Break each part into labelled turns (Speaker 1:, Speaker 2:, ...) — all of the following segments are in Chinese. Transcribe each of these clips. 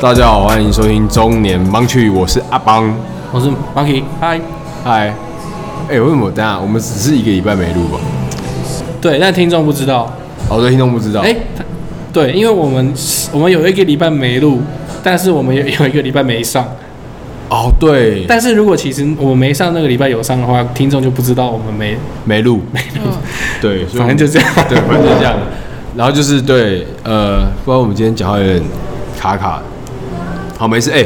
Speaker 1: 大家好，欢迎收听中年盲区，我是阿邦。
Speaker 2: 我是 Monkey，嗨。
Speaker 1: 嗨，哎、为什么？等一下我们只是一个礼拜没录吧？
Speaker 2: 对，但听众不知道，
Speaker 1: 哦，对，听众不知道。
Speaker 2: 哎、他对，因为我们我们有一个礼拜没录，但是我们有有一个礼拜没上。
Speaker 1: 哦，对，
Speaker 2: 但是如果其实我们没上那个礼拜有上的话，听众就不知道我们没，
Speaker 1: 没录，没录。 对，所以我
Speaker 2: 反
Speaker 1: 们
Speaker 2: 正就这样。
Speaker 1: 对，嗯反正就这样。然后就是对，呃，不然我们今天讲话有点卡卡。好，没事。哎、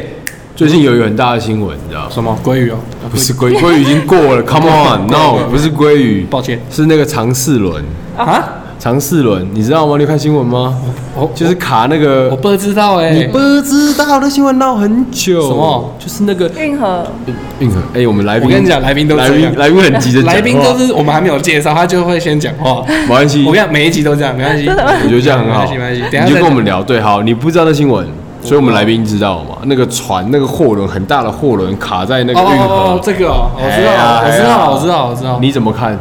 Speaker 1: 最近有一个很大的新闻，你知道吗？
Speaker 2: 什么鲑鱼哦？
Speaker 1: 不是鲑鱼，鲑鱼已经过 了。Come on，no，不是鲑鱼，
Speaker 2: 抱歉
Speaker 1: 是那个长四轮。
Speaker 2: 啊？
Speaker 1: 长四轮，你知道吗？你有看新闻吗？
Speaker 2: 我
Speaker 1: 就是卡那个，
Speaker 2: 我不知道哎、
Speaker 1: 你不知道那新闻闹很久，
Speaker 2: 什么
Speaker 1: 就是那个
Speaker 3: 运河
Speaker 1: 运河。哎、我们来宾，
Speaker 2: 我跟你讲来宾都这
Speaker 1: 来
Speaker 2: 样
Speaker 1: 宾来宾很急着讲话，
Speaker 2: 来宾都是我们还没有介绍，他就会先讲 话。
Speaker 1: 没关系，
Speaker 2: 我跟你
Speaker 1: 我
Speaker 2: 讲，每一集都这样，没关系。我
Speaker 1: 觉得这样很好，
Speaker 2: 没关系，没关系。等一下
Speaker 1: 你就
Speaker 2: 再
Speaker 1: 跟我们聊。对，好，你不知道那新闻，所以我们来宾知道嘛？那个船，那个货轮，很大的货轮卡在那个
Speaker 2: 哦
Speaker 1: 运河，
Speaker 2: 哦哦，这个哦，我知道
Speaker 1: 哎呀
Speaker 2: 了，我知
Speaker 1: 哎呀
Speaker 2: 道了，我知道了，我知道了。
Speaker 1: 你怎么看？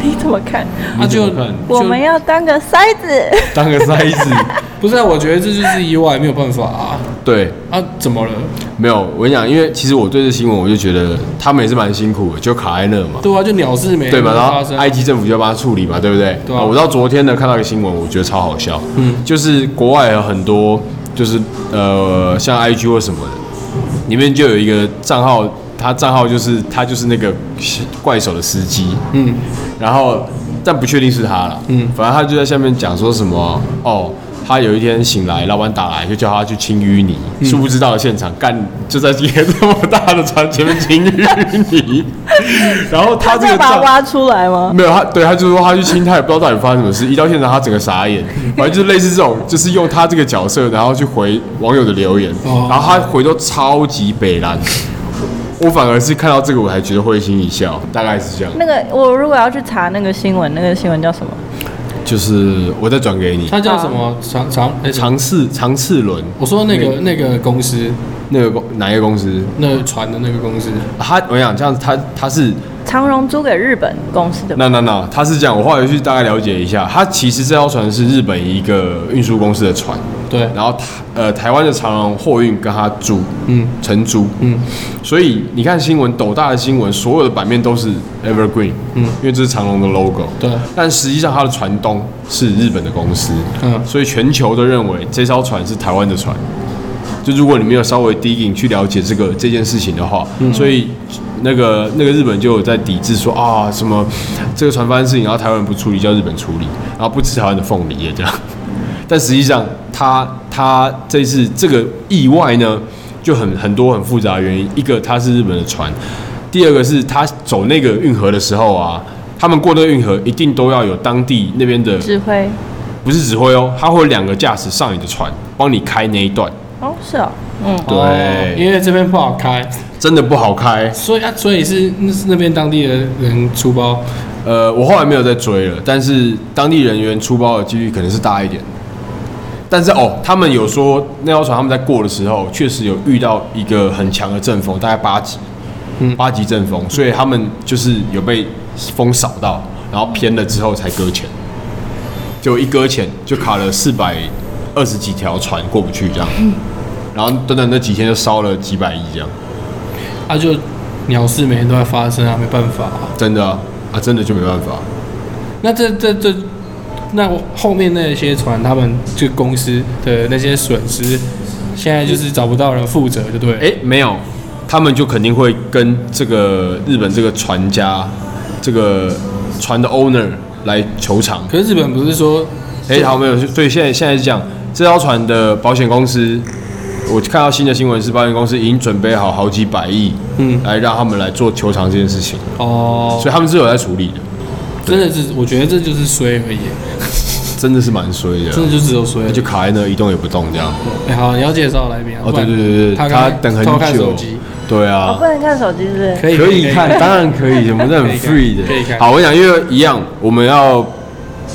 Speaker 3: 你怎么看？
Speaker 2: 那就
Speaker 1: 你怎么看
Speaker 2: 就
Speaker 3: 我们要当个筛子，
Speaker 1: 当个塞 子，
Speaker 2: 不是啊，我觉得这就是意外，没有办法啊。
Speaker 1: 对。
Speaker 2: 啊，怎么了？
Speaker 1: 没有，我跟你讲，因为其实我对这新闻，我就觉得他们也是蛮辛苦的，就卡在那嘛。
Speaker 2: 对啊，就鸟事没
Speaker 1: 对吧？然
Speaker 2: 发
Speaker 1: 后哎
Speaker 2: 生。
Speaker 1: 埃及政府就要帮他处理嘛，对不对？哦
Speaker 2: 对啊
Speaker 1: 我到昨天呢看到一个新闻，我觉得超好笑，
Speaker 2: 嗯
Speaker 1: 就是国外有很多就是呃像 IG 或什么的，里面就有一个账号，他账号就是他就是那个怪手的司机，
Speaker 2: 嗯，
Speaker 1: 然后但不确定是他了，嗯
Speaker 2: 嗯，
Speaker 1: 反正他就在下面讲说什么哦。他有一天醒来，老板打来就叫他去清淤泥，殊不知到了现场干就在一个 这么大的船前面清淤泥， 然后他
Speaker 3: 他
Speaker 1: 这
Speaker 3: 要
Speaker 1: 个
Speaker 3: 把它
Speaker 1: 账
Speaker 3: 挖出来吗？
Speaker 1: 没有，他对他就说他去亲，他也不知道到底发生什么事。一到现场，他整个傻眼。反正就是类似这种，就是用他这个角色，然后去回网友的留言，
Speaker 2: 哦
Speaker 1: 然后他回都超级北蓝。我反而是看到这个，我才觉得会心一笑，大概是这样。
Speaker 3: 那个我如果要去查那个新闻，那个新闻叫什么？
Speaker 1: 就是我再转给你，
Speaker 2: 他叫什么？长长哎
Speaker 1: 长次长次轮
Speaker 2: 我说那个那个公司，
Speaker 1: 那个公哪一个公司？
Speaker 2: 那个船的那个公司，
Speaker 1: 他我跟你讲，这样他他是
Speaker 3: 长荣租给日本公司的吧
Speaker 1: 那那那，他是这样，我后来去大概了解一下，他其实这条船是日本一个运输公司的船，
Speaker 2: 对，
Speaker 1: 然后台呃台湾的长荣货运跟他租，
Speaker 2: 嗯
Speaker 1: 承租，
Speaker 2: 嗯，
Speaker 1: 所以你看新闻，斗大的新闻，所有的版面都是 Evergreen，
Speaker 2: 嗯
Speaker 1: 因为这是长荣的 logo，
Speaker 2: 对
Speaker 1: 但实际上它的船东是日本的公司，
Speaker 2: 嗯
Speaker 1: 所以全球都认为这艘船是台湾的船。就如果你没有稍微 digging 去了解这个这件事情的话，所以那个那个日本就有在抵制说啊什么这个船发生事情，然后台湾人不处理，叫日本处理，然后不吃台湾的凤梨也这样。 但实际上，他他这次这个意外呢，就很很多很复杂的原因。一个，他是日本的船；第二个是他走那个运河的时候啊，他们过那个运河一定都要有当地那边的，
Speaker 3: 指挥？
Speaker 1: 不是指挥哦，他会有两个驾驶上你的船，帮你开那一段。
Speaker 3: 哦，是哦，嗯，
Speaker 1: 对
Speaker 2: 哦因为这边不好开，
Speaker 1: 真的不好开，
Speaker 2: 所以啊，所以是那是那边当地的人出包，
Speaker 1: 呃，我后来没有再追了，但是当地人员出包的几率可能是大一点。但是哦，他们有说那条船他们在过的时候，确实有遇到一个很强的阵风，大概八级，
Speaker 2: 嗯
Speaker 1: 八级阵风，所以他们就是有被风扫到，然后偏了之后才搁浅，就一搁浅就卡了四百二十几条船过不去这样，然后短短那几天就烧了几百亿这样，
Speaker 2: 啊就鸟事每天都在发生啊，没办法啊。
Speaker 1: 真的啊，啊真的就没办法。
Speaker 2: 那这这这，那后面那些船，他们就公司的那些损失，现在就是找不到人负责，就对了。
Speaker 1: 哎、没有，他们就肯定会跟这个日本这个船家，这个船的 owner 来求偿。
Speaker 2: 可是日本不是说，
Speaker 1: 哎、好，没有，所以现在现在是这样，这艘船的保险公司，我看到新的新闻是保险公司已经准备好好几百亿，
Speaker 2: 嗯，
Speaker 1: 来让他们来做求偿这件事情，
Speaker 2: 哦，
Speaker 1: 所以他们是有在处理的，
Speaker 2: 真的是，我觉得这就是衰而已，
Speaker 1: 真的是蛮衰的，
Speaker 2: 真的就只有衰
Speaker 1: 那。就卡在那一动也不动这样。
Speaker 2: 哎、好，你要介绍来宾啊。
Speaker 1: 哦，
Speaker 2: 不
Speaker 1: 对
Speaker 2: 然
Speaker 1: 对对对，
Speaker 2: 他
Speaker 1: 他
Speaker 2: 刚
Speaker 1: 等很
Speaker 2: 偷看手
Speaker 1: 久
Speaker 2: 机，哦
Speaker 1: 对啊，
Speaker 3: 我不能看手机是不是？
Speaker 2: 哎可以
Speaker 1: 可以看，当然可以，我们这很
Speaker 2: 可以看
Speaker 1: free
Speaker 2: 可以
Speaker 1: 的。
Speaker 2: 看
Speaker 1: 好，我想因为一样，我们要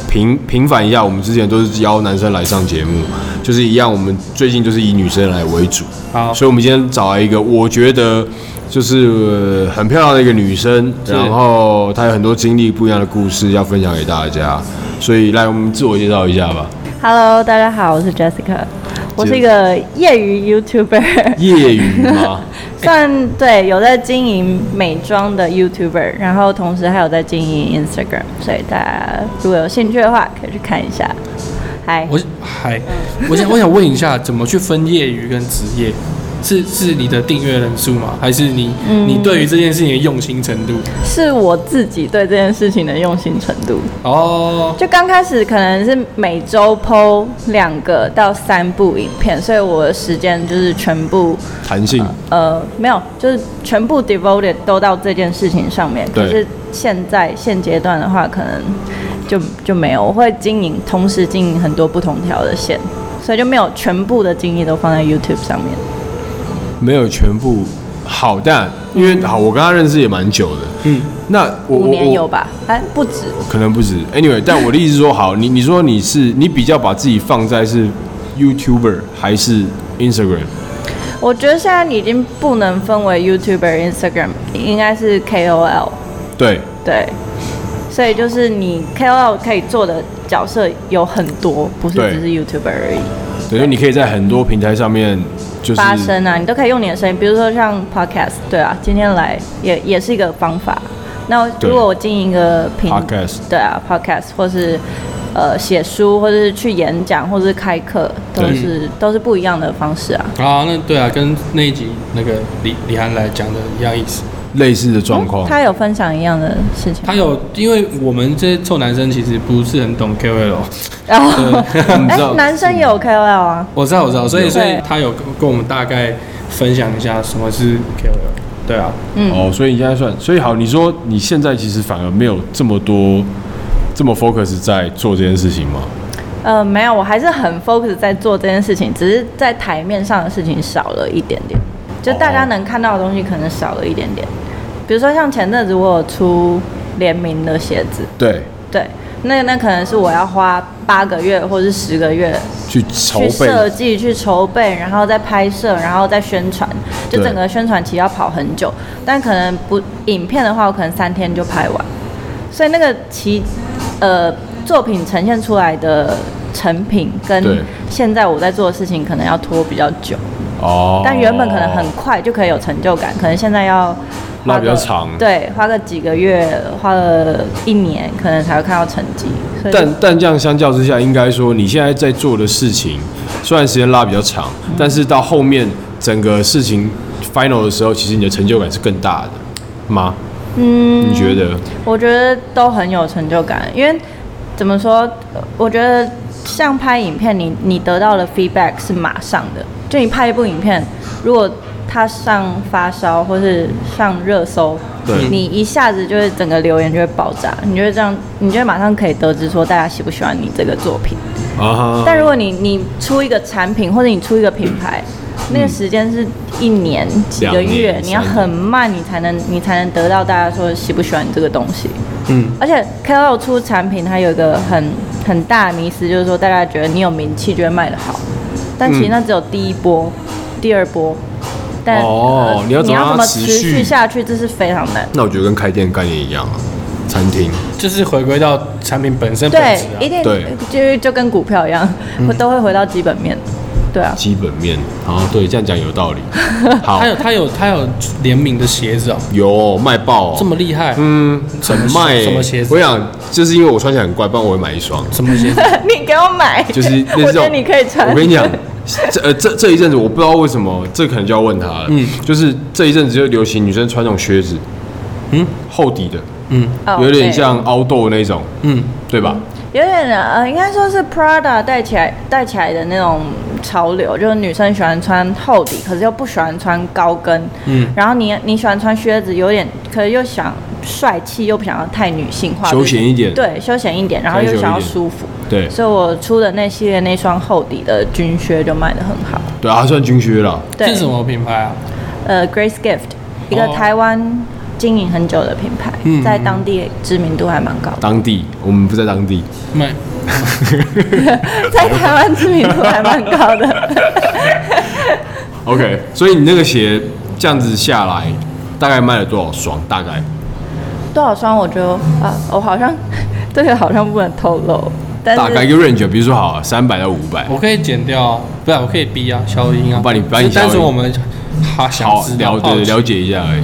Speaker 1: 平平反一下，我们之前都是邀男生来上节目，就是一样，我们最近就是以女生来为主，
Speaker 2: 好，
Speaker 1: 所以我们今天找来一个，我觉得。就是呃很漂亮的一个女生，
Speaker 2: 是
Speaker 1: 然后她有很多经历不一样的故事要分享给大家，所以来我们自我介绍一下吧。
Speaker 3: Hello，大家好，我是 Jessica。我是一个业余 YouTuber，
Speaker 1: 业余吗？
Speaker 3: 算对，有在经营美妆的 YouTuber，然后同时还有在经营 Instagram，所以大家如果有兴趣的话，可以去看一下。嗨，
Speaker 2: 我还，我想我想问一下，怎么去分业余跟职业？是是你的订阅人数吗？还是你、你对于这件事情的用心程度？
Speaker 3: 是我自己对这件事情的用心程度。
Speaker 2: 哦，
Speaker 3: 就刚开始可能是每周剖两个到三部影片，所以我的时间就是全部
Speaker 1: 弹性
Speaker 3: 呃没有，就是全部 devoted 都到这件事情上面。
Speaker 1: 对
Speaker 3: 可是现在现阶段的话，可能就就没有，我会经营同时经营很多不同条的线，所以就没有全部的精力都放在 YouTube 上面。
Speaker 1: 没有全部好，但因为好，我跟他认识也蛮久的，嗯，那我
Speaker 3: 五
Speaker 1: 我
Speaker 3: 年
Speaker 1: 我
Speaker 3: 有吧？哎，不止。
Speaker 1: 可能不止。Anyway，但我的意思是说，好，你你说你是你比较把自己放在是 YouTuber 还是 Instagram？
Speaker 3: 我觉得现在你已经不能分为 YouTuber、Instagram，应该是 KOL。
Speaker 1: 对，
Speaker 3: 对，所以就是你 KOL 可以做的角色有很多，不是
Speaker 1: 对
Speaker 3: 只是 YouTuber 而已。
Speaker 1: 等于你可以在很多平台上面就是
Speaker 3: 发声啊，你都可以用你的声音，比如说像 Podcast，对啊，今天来也也是一个方法。那
Speaker 1: 对
Speaker 3: 如果我经营一个平
Speaker 1: Podcast
Speaker 3: 对啊，Podcast 或是呃写书，或者是去演讲，或者是开课，都
Speaker 1: 对
Speaker 3: 是都是不一样的方式啊。
Speaker 2: 啊，那对啊，跟那一集那个李李涵来讲的一样意思。
Speaker 1: 类似的状况。
Speaker 3: 嗯他有分享一样的事情，
Speaker 2: 他有，因为我们这些臭男生其实不是很懂 KOL，
Speaker 3: 然后
Speaker 1: 嗯 你
Speaker 3: 哎
Speaker 1: 知道，
Speaker 3: 男生也有 KOL 啊，
Speaker 2: 我知道我知道，所以
Speaker 3: 对
Speaker 2: 所以他有跟我们大概分享一下什么是 KOL，对啊，
Speaker 3: 嗯
Speaker 1: 哦，所以你现在算，所以好，你说你现在其实反而没有这么多这么 focus 在做这件事情吗？
Speaker 3: 呃，没有，我还是很 focus 在做这件事情，只是在台面上的事情少了一点点，就大家
Speaker 1: 哦
Speaker 3: 能看到的东西可能少了一点点。比如说像前阵子我有出联名的鞋子，
Speaker 1: 对，
Speaker 3: 对，那那可能是我要花八个月或是十个月
Speaker 1: 去筹
Speaker 3: 去
Speaker 1: 备，
Speaker 3: 设计、去筹备，然后再拍摄，然后再宣传，就
Speaker 1: 对
Speaker 3: 整个宣传期要跑很久。但可能不影片的话，我可能三天就拍完，所以那个期，呃，作品呈现出来的成品
Speaker 1: 对
Speaker 3: 跟现在我在做的事情可能要拖比较久。
Speaker 1: 哦，
Speaker 3: 但原本可能很快就可以有成就感，可能现在要
Speaker 1: 拉
Speaker 3: 花
Speaker 1: 比较
Speaker 3: 个
Speaker 1: 长
Speaker 3: 对，花个几个月，花了一年，可能才会看到成绩。所以
Speaker 1: 但但这样相较之下，应该说你现在在做的事情，虽然时间拉比较长，
Speaker 2: 嗯
Speaker 1: 但是到后面整个事情 final 的时候，其实你的成就感是更大的吗？嗯，你觉得？
Speaker 3: 我觉得都很有成就感，因为怎么说，呃我觉得像拍影片你，你得到的 feedback 是马上的。就你拍一部影片，如果它上发烧或是上热搜
Speaker 1: 对，
Speaker 3: 你一下子就会整个留言就会爆炸，你就会这样，你就会马上可以得知说大家喜不喜欢你这个作品。
Speaker 1: 啊哈，
Speaker 3: 但如果你你出一个产品或者你出一个品牌，那个时间是一年几个
Speaker 1: 两
Speaker 3: 月
Speaker 1: 年，
Speaker 3: 你要
Speaker 1: 三
Speaker 3: 很慢，你才能你才能得到大家说喜不喜欢你这个东西。
Speaker 2: 嗯，
Speaker 3: 而且 KOL 出产品，它有一个很很大的迷思，就是说大家觉得你有名气就会卖得好，但其实那只有第一波、第二波。但
Speaker 1: 哦
Speaker 3: 呃
Speaker 1: 你要怎么让它
Speaker 3: 么
Speaker 1: 持
Speaker 3: 持
Speaker 1: 续
Speaker 3: 续下去，这是非常难。
Speaker 1: 那我觉得跟开店概念一样啊，餐厅
Speaker 2: 就是回归到产品本身本
Speaker 3: 对
Speaker 2: 质，
Speaker 3: 一
Speaker 2: 啊。
Speaker 3: 定
Speaker 1: 对嗯
Speaker 3: 就就跟股票一样，都会回到基本面。对啊，
Speaker 1: 基本面，啊，对，这样讲有道 理。好
Speaker 2: 他，有他有他有联名的鞋子哦，
Speaker 1: 有卖爆、哦，
Speaker 2: 这么厉害，
Speaker 1: 嗯，很卖、
Speaker 2: 什么鞋子
Speaker 1: 我想就是因为我穿起来很怪，不然我会买一双。
Speaker 2: 什么鞋子？
Speaker 3: 你给我买，
Speaker 1: 就是那
Speaker 3: 我
Speaker 1: 种
Speaker 3: 觉得你可以穿。
Speaker 1: 我跟 你讲，这呃这这一阵子我不知道为什么，这可能就要问他了。嗯，就是这一阵子就流行女生穿那种靴子，
Speaker 2: 嗯，
Speaker 1: 厚底的，
Speaker 2: 嗯
Speaker 3: 哦
Speaker 1: 有点
Speaker 3: 对
Speaker 1: 像凹豆那种，
Speaker 2: 嗯，
Speaker 1: 对吧？
Speaker 3: 有点呃，应该说是 Prada 带起来带起来的那种潮流，就是女生喜欢穿厚底，可是又不喜欢穿高跟。
Speaker 2: 嗯，
Speaker 3: 然后你你喜欢穿靴子，有点，可是又想帅气，又不想要太女性化，
Speaker 1: 休闲一点
Speaker 3: 嗯对，休闲一点，然后
Speaker 1: 穿
Speaker 3: 又
Speaker 1: 久
Speaker 3: 想
Speaker 1: 一
Speaker 3: 要
Speaker 1: 点
Speaker 3: 舒服。
Speaker 1: 对
Speaker 3: 所以我出的那系列那双厚底的军靴就卖得很好。
Speaker 1: 对啊，它算军靴啦。
Speaker 3: 对，
Speaker 2: 是什么品牌啊？
Speaker 3: 呃，Grace Gift，一个
Speaker 2: 哦
Speaker 3: 台湾经营很久的品牌，
Speaker 2: 嗯
Speaker 3: 在当地知名度还蛮高的。
Speaker 1: 当地我们不在当地，
Speaker 2: 卖
Speaker 3: 在台湾知名度还蛮 高的，
Speaker 1: OK，所以你那个鞋这样子下来，大概卖了多少双？大
Speaker 3: 呃
Speaker 1: 概
Speaker 3: 多少双我就啊，我好像这个好像不能透露，但
Speaker 1: 大概一
Speaker 3: 是
Speaker 1: 个 range，比如说好三百到五百，
Speaker 2: 我可以剪掉啊，不是，我可以逼啊，消音啊，
Speaker 1: 把你把你
Speaker 2: 就单
Speaker 1: 消
Speaker 2: 纯
Speaker 1: 音
Speaker 2: 我们好想
Speaker 1: 好
Speaker 2: 知道
Speaker 1: 了
Speaker 2: 好
Speaker 1: 对
Speaker 2: 奇
Speaker 1: 了解一下而已，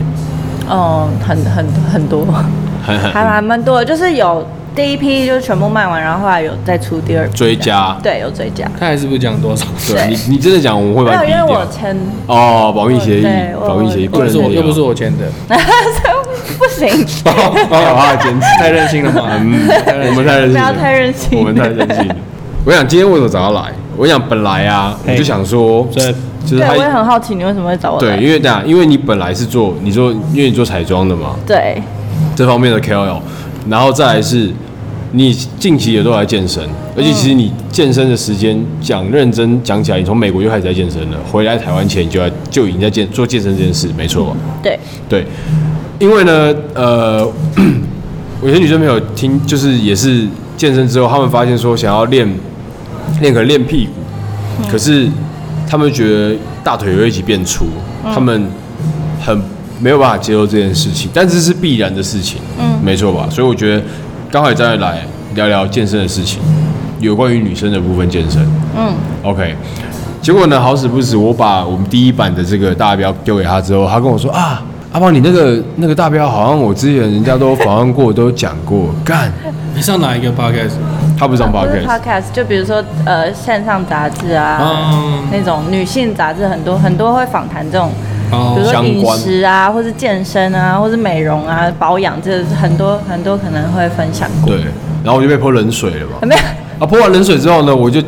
Speaker 3: 嗯，很很很多，
Speaker 1: 很嗯
Speaker 3: 还
Speaker 1: 很
Speaker 3: 还蛮多的，就是有第一批就是全部卖完，然后后来有再出第二批
Speaker 1: 追
Speaker 3: 这样，
Speaker 1: 加。
Speaker 3: 对，有追加。
Speaker 2: 他还是不讲多少，
Speaker 1: 对你，你真的讲我们会
Speaker 3: 没
Speaker 1: 把
Speaker 3: 有，
Speaker 1: 你
Speaker 3: 因
Speaker 1: 逼
Speaker 3: 为我
Speaker 1: 掉。
Speaker 3: 签，
Speaker 1: 哦，保密协议
Speaker 3: 对，我
Speaker 1: 保密协议不
Speaker 2: 又
Speaker 3: 我
Speaker 2: 不
Speaker 1: 能
Speaker 2: 是我，又不是
Speaker 1: 我，
Speaker 2: 我签的，
Speaker 3: 不行，
Speaker 1: 没有他的坚持。
Speaker 2: 太任性了嘛。
Speaker 1: 嗯，我们太任性了，
Speaker 3: 不要太任性
Speaker 1: 我们太任性了。我想今天为什么找他来？我想本来啊，我
Speaker 2: 嘿
Speaker 1: 就想说，
Speaker 2: 对
Speaker 1: 就是
Speaker 3: 对，我也
Speaker 1: 他，
Speaker 3: 很好奇你为什么会找我
Speaker 1: 对，
Speaker 3: 来。
Speaker 1: 因为这样，因为你本来是做，你说因为你做彩妆的嘛，
Speaker 3: 对，
Speaker 1: 这方面的 KOL，然后再来是，你近期也都来健身，而且其实你健身的时间讲认真讲起来，你从美国就开始在健身了，回来台湾前你就在就已经在健做健身这件事，没错吧？
Speaker 3: 对，
Speaker 1: 对，因为呢，呃，有些女生朋友听，就是也是健身之后，她们发现说想要练练可能练屁股，可是她们觉得大腿会一起变粗，她们很没有办法接受这件事情，但这是必然的事情，嗯，没错吧？所以我觉得刚好也再来聊聊健身的事情，有关于女生的部分健身，
Speaker 3: 嗯，
Speaker 1: OK，结果呢，好死不死，我把我们第一版的这个大标丢给他之后，他跟我说啊，阿邦，你那个那个大标好像我之前人家都访问过，都讲过，干，
Speaker 2: 你上哪一个 podcast？
Speaker 1: 他不上
Speaker 3: 啊不是
Speaker 1: podcast，
Speaker 3: podcast，就比如说呃线上杂志啊，
Speaker 2: 嗯，
Speaker 3: 那种女性杂志很多很多会访谈这种，比如
Speaker 2: 哦，
Speaker 3: 说
Speaker 1: 相
Speaker 3: 饮
Speaker 1: 关
Speaker 3: 食啊，或是健身啊，或是美容啊、保养，这很多很多可能会分享过。
Speaker 1: 对，然后我就被泼冷水了嘛，
Speaker 3: 没有，
Speaker 1: 啊，泼完冷水之后呢，我就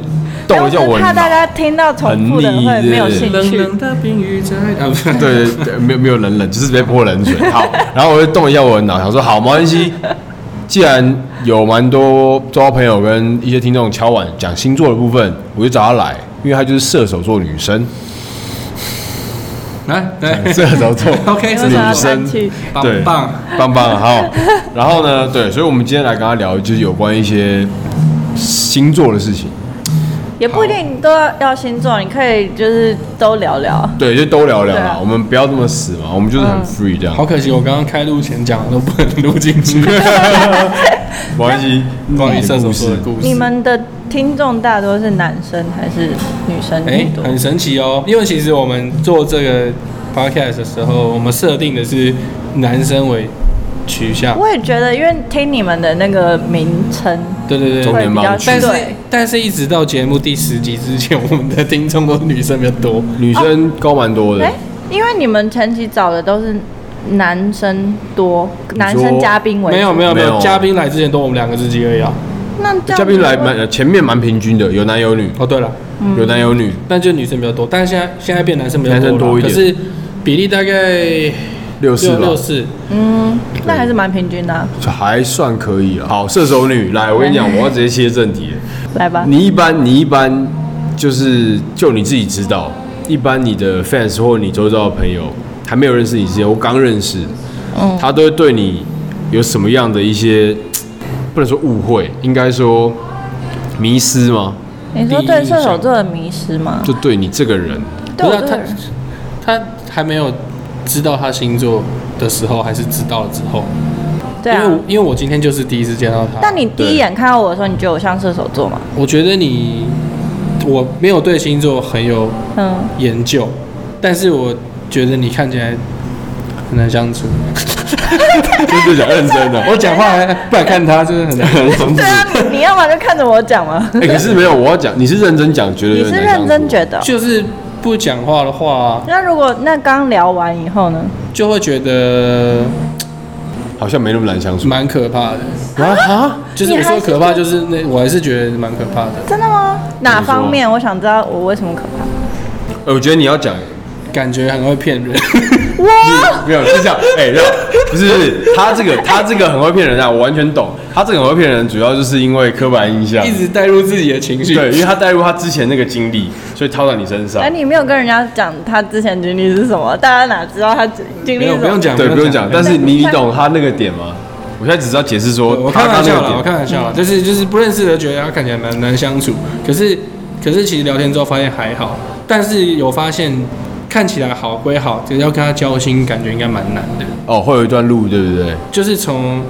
Speaker 1: 动了一下
Speaker 3: 因为
Speaker 1: 我的
Speaker 3: 哎我是怕大
Speaker 1: 脑，
Speaker 3: 家听到重复的
Speaker 1: 很腻
Speaker 3: 会没有
Speaker 1: 是
Speaker 3: 兴
Speaker 1: 不
Speaker 2: 冷
Speaker 3: 趣。
Speaker 2: 冷的冰雨在啊，不是，
Speaker 1: 对，对对没有没有冷冷，就是被泼冷水， 好，然后我就动一下我的脑，想说好，没关系。既然有蛮多周遭朋友跟一些听众敲碗讲星座的部分，我就找他来，因为他就是射手座女生，
Speaker 2: 来来
Speaker 1: 射手座
Speaker 2: ，OK，
Speaker 1: 是女
Speaker 3: 你为什么要
Speaker 1: 生
Speaker 3: 生气，
Speaker 2: 棒
Speaker 1: 对，
Speaker 2: 棒
Speaker 1: 棒棒，好。然后呢，对，所以我们今天来跟他聊，就是有关一些星座的事情，
Speaker 3: 也不一定都要要星座，你可以就是都聊聊。
Speaker 1: 对，就都聊聊
Speaker 3: 对
Speaker 1: 嘛
Speaker 3: 啊，
Speaker 1: 我们不要这么死嘛，我们就是很
Speaker 3: 嗯
Speaker 1: free 这样，
Speaker 2: 好可惜，我刚刚开录前讲的都不能录进 去，
Speaker 1: 没关系，
Speaker 2: 关于
Speaker 1: 你的
Speaker 2: 射手
Speaker 1: 故
Speaker 2: 座
Speaker 1: 事
Speaker 2: 的故事。
Speaker 3: 你们的听众大多是男生还是女生
Speaker 2: 哎
Speaker 3: 居、多？
Speaker 2: 很神奇哦，因为其实我们做这个 podcast 的时候，我们设定的是男生为取向，
Speaker 3: 我也觉得，因为听你们的那个名称
Speaker 2: 对对
Speaker 1: 中
Speaker 2: 对。
Speaker 3: 会
Speaker 1: 年
Speaker 3: 比
Speaker 1: 盲
Speaker 3: 较
Speaker 1: 区
Speaker 2: 但是
Speaker 3: 对，
Speaker 2: 但是一直到节目第十集之前，我们的听众都是女生比较多，
Speaker 1: 女生高蛮多的
Speaker 3: 哎，，因为你们前期找的都是男生多，
Speaker 1: 说
Speaker 3: 男生嘉宾为主，
Speaker 2: 没有没有
Speaker 1: 没
Speaker 2: 没
Speaker 1: 有
Speaker 2: 有，嘉宾来之前都我们两个自己而已啊。
Speaker 3: 那这样
Speaker 1: 嘉宾来
Speaker 3: 子嗯
Speaker 1: 蛮前面蛮平均的，有男有女，
Speaker 2: 哦对了，
Speaker 1: 有男有女，
Speaker 2: 但就女生比较多，但是现在现在变男生比较
Speaker 1: 男生
Speaker 2: 多
Speaker 1: 多
Speaker 2: 了
Speaker 1: 一
Speaker 2: 可
Speaker 1: 点
Speaker 2: 是比例大概
Speaker 1: 六四吧
Speaker 2: 六，四，
Speaker 3: 嗯，那还是蛮平均的啊、
Speaker 1: 还算可以啊。好，射手女，来，我跟你
Speaker 3: 哎
Speaker 1: 讲，我要直接切正题了。
Speaker 3: 来吧，
Speaker 1: 你一般你一般就是就你自己知道，一般你的 fans 或你周遭的朋友还没有认识你之前，我刚认识，
Speaker 3: 嗯
Speaker 1: 他都会对你有什么样的一些不能说误会，应该说迷失吗？
Speaker 3: 你说对射手座的迷失吗？
Speaker 1: 就对你这个人，
Speaker 3: 对
Speaker 2: 不是
Speaker 3: 我
Speaker 2: 啊
Speaker 3: 这
Speaker 2: 他
Speaker 3: 个人，
Speaker 2: 他还没有知道他星座的时候，还是知道了之后，
Speaker 3: 对啊
Speaker 2: 因为。我因为我今天就是第一次见到他，
Speaker 3: 但你第
Speaker 1: 对
Speaker 3: 一眼看到我的时候，你觉得我像射手座吗？
Speaker 2: 我觉得你我没有对星座很有
Speaker 3: 嗯，
Speaker 2: 研究，但是我觉得你看起来很难相处。
Speaker 1: 真的讲认真的。
Speaker 2: 我讲话还不敢看他，真的很难。
Speaker 3: 对啊，你你要么就看着我讲嘛，
Speaker 1: 哎、可是没有，我要讲，你是认真讲，觉得
Speaker 3: 你
Speaker 1: 有点
Speaker 3: 是
Speaker 1: 难相
Speaker 3: 认
Speaker 1: 处
Speaker 3: 真觉得哦。
Speaker 2: 就是不讲话的话，
Speaker 3: 那如果那刚聊完以后呢？
Speaker 2: 就会觉得
Speaker 1: 好像没那么难 相处
Speaker 2: 蛮可怕的。
Speaker 1: 啊哈，
Speaker 2: 就是我说可怕，就是那我还是觉得蛮可怕的。
Speaker 3: 真的吗？哪方面？我想知道我为什么可怕。
Speaker 1: 呃我觉得你要讲，
Speaker 2: 感觉很会骗 人，
Speaker 1: 没有是这样，哎、让不是不是他这个他这个很会骗人啊，我完全懂，他这个很会骗人，主要就是因为刻板印象
Speaker 2: 一，直带入自己的情绪。
Speaker 1: 对，因为他带入他之前那个经历，所以套到你身上
Speaker 3: 哎，。你没有跟人家讲他之前经历是什么，大家哪知道他经历
Speaker 2: 没
Speaker 3: 是
Speaker 2: 有
Speaker 3: 什
Speaker 2: 不
Speaker 3: 么？
Speaker 2: 用讲，
Speaker 1: 对，不用讲，但是你你
Speaker 3: 但
Speaker 1: 懂他那个点吗？我现在只知道解释说
Speaker 2: 我我
Speaker 1: 他
Speaker 2: 开玩
Speaker 1: 刚
Speaker 2: 笑啊
Speaker 1: 那
Speaker 2: 啦，我
Speaker 1: 个
Speaker 2: 开
Speaker 1: 点，
Speaker 2: 玩笑啦，就是就是不认识的觉得他看起来蛮难相处，可是可是其实聊天之后发现还好，但是有发现看起来好归好，只要跟他交心，感觉应该蛮难的。
Speaker 1: 哦，会有一段路，对不对？
Speaker 2: 就是从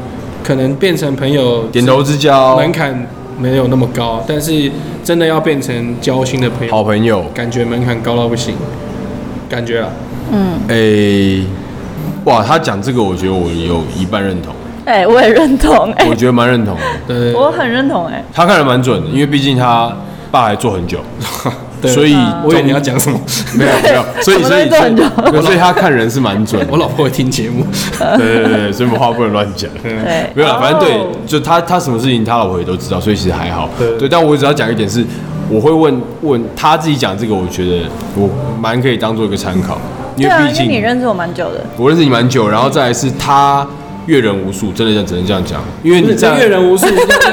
Speaker 2: 可能变成朋友
Speaker 1: 点头之交，
Speaker 2: 门槛没有那么高，但是真的要变成交心的朋友，
Speaker 1: 好朋友，
Speaker 2: 感觉门槛高到不行，感觉啊，
Speaker 1: 诶、哎哇，他讲这个，我觉得我有一半认同，
Speaker 3: 哎、我也认同，哎、
Speaker 1: 我觉得蛮认同的。
Speaker 2: 对对
Speaker 3: 我很认同、哎，
Speaker 1: 他看的蛮准的，因为毕竟他爸还做很久，
Speaker 2: 对，
Speaker 1: 所以
Speaker 2: 我以为你要讲什么，
Speaker 1: 没有没有，所以
Speaker 3: 什么
Speaker 1: 所以
Speaker 3: 都很久
Speaker 1: 所以所以他看人是蛮准的
Speaker 2: 我。老婆会听节目，
Speaker 1: 对对对对，所以我们话不能乱讲。
Speaker 3: 对，
Speaker 1: 没有啦，反正对
Speaker 3: 哦，
Speaker 1: 就他他什么事情他老婆也都知道，所以其实还好。
Speaker 2: 对
Speaker 1: 对，但我只要讲一点是，我会问问他自己讲这个，我觉得我蛮可以当做一个参考，因
Speaker 3: 对啊，
Speaker 1: 为毕
Speaker 3: 因为
Speaker 1: 竟
Speaker 3: 你认识我蛮久的，
Speaker 1: 我认识你蛮久，然后再来是他阅人无数，真的这只能这样讲，因为你在
Speaker 2: 阅 人 无数，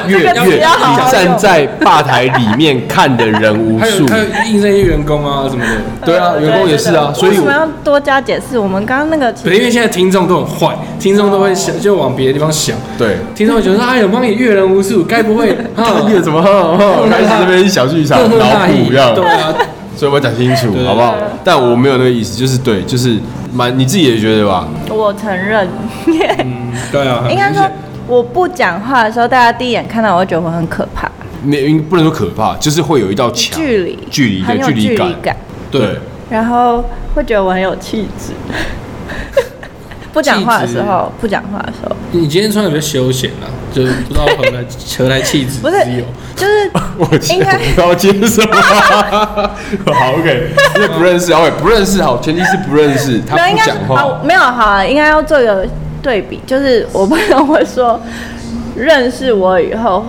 Speaker 1: 阅
Speaker 3: 这个
Speaker 1: 阅，
Speaker 3: 比较好
Speaker 1: 你站
Speaker 3: 用
Speaker 1: 在吧台里面看的人无
Speaker 2: 还有
Speaker 1: 数，
Speaker 2: 还有应征一些员工啊什么的。
Speaker 1: 对啊，员工也是啊，所
Speaker 3: 为
Speaker 1: 以
Speaker 3: 什么要
Speaker 1: 我
Speaker 3: 多加解释？我们刚刚那个其
Speaker 2: 对，因为
Speaker 3: 实
Speaker 2: 现在听众都很坏，听众都会想就往别的地方想，
Speaker 1: 对。
Speaker 2: 听众会觉得说：“哎呀，我帮你阅人无数，该不 会哈
Speaker 1: 你怎么哦开始这边小剧场
Speaker 2: 呵呵
Speaker 1: 脑
Speaker 2: 大
Speaker 1: 补
Speaker 2: 意？”
Speaker 1: 这样，
Speaker 2: 对啊，
Speaker 1: 所以我讲清楚
Speaker 2: 对
Speaker 1: 好不好？但我没有那个意思，就是对，就是蛮你自己也觉得吧？
Speaker 3: 我承认，
Speaker 2: 嗯，对啊，
Speaker 3: 应该说我不讲话的时候，大家第一眼看到我会觉得我很可怕，
Speaker 1: 没不能说可怕，就是会有一道墙，
Speaker 3: 距离
Speaker 1: 啊距离
Speaker 3: 很
Speaker 1: 对
Speaker 3: 有
Speaker 1: 距离
Speaker 3: 感
Speaker 1: 感，，对，
Speaker 3: 然后会觉得我很有气质。 不讲话的时候，不讲话的时候，
Speaker 2: 你今天穿的比较休闲啊，就不知道何 来何来气质，
Speaker 3: 不是
Speaker 2: 只有
Speaker 3: 就是
Speaker 1: 我
Speaker 3: 应该
Speaker 1: 不要接受。 好，OK，因为不认识，OK，不认识，好，前提是不认识，他
Speaker 3: 没有，
Speaker 1: 不
Speaker 3: 应该
Speaker 1: 讲话
Speaker 3: 啊，，没有好啊，应该要做一个对比，就是我朋友会说，认识我以后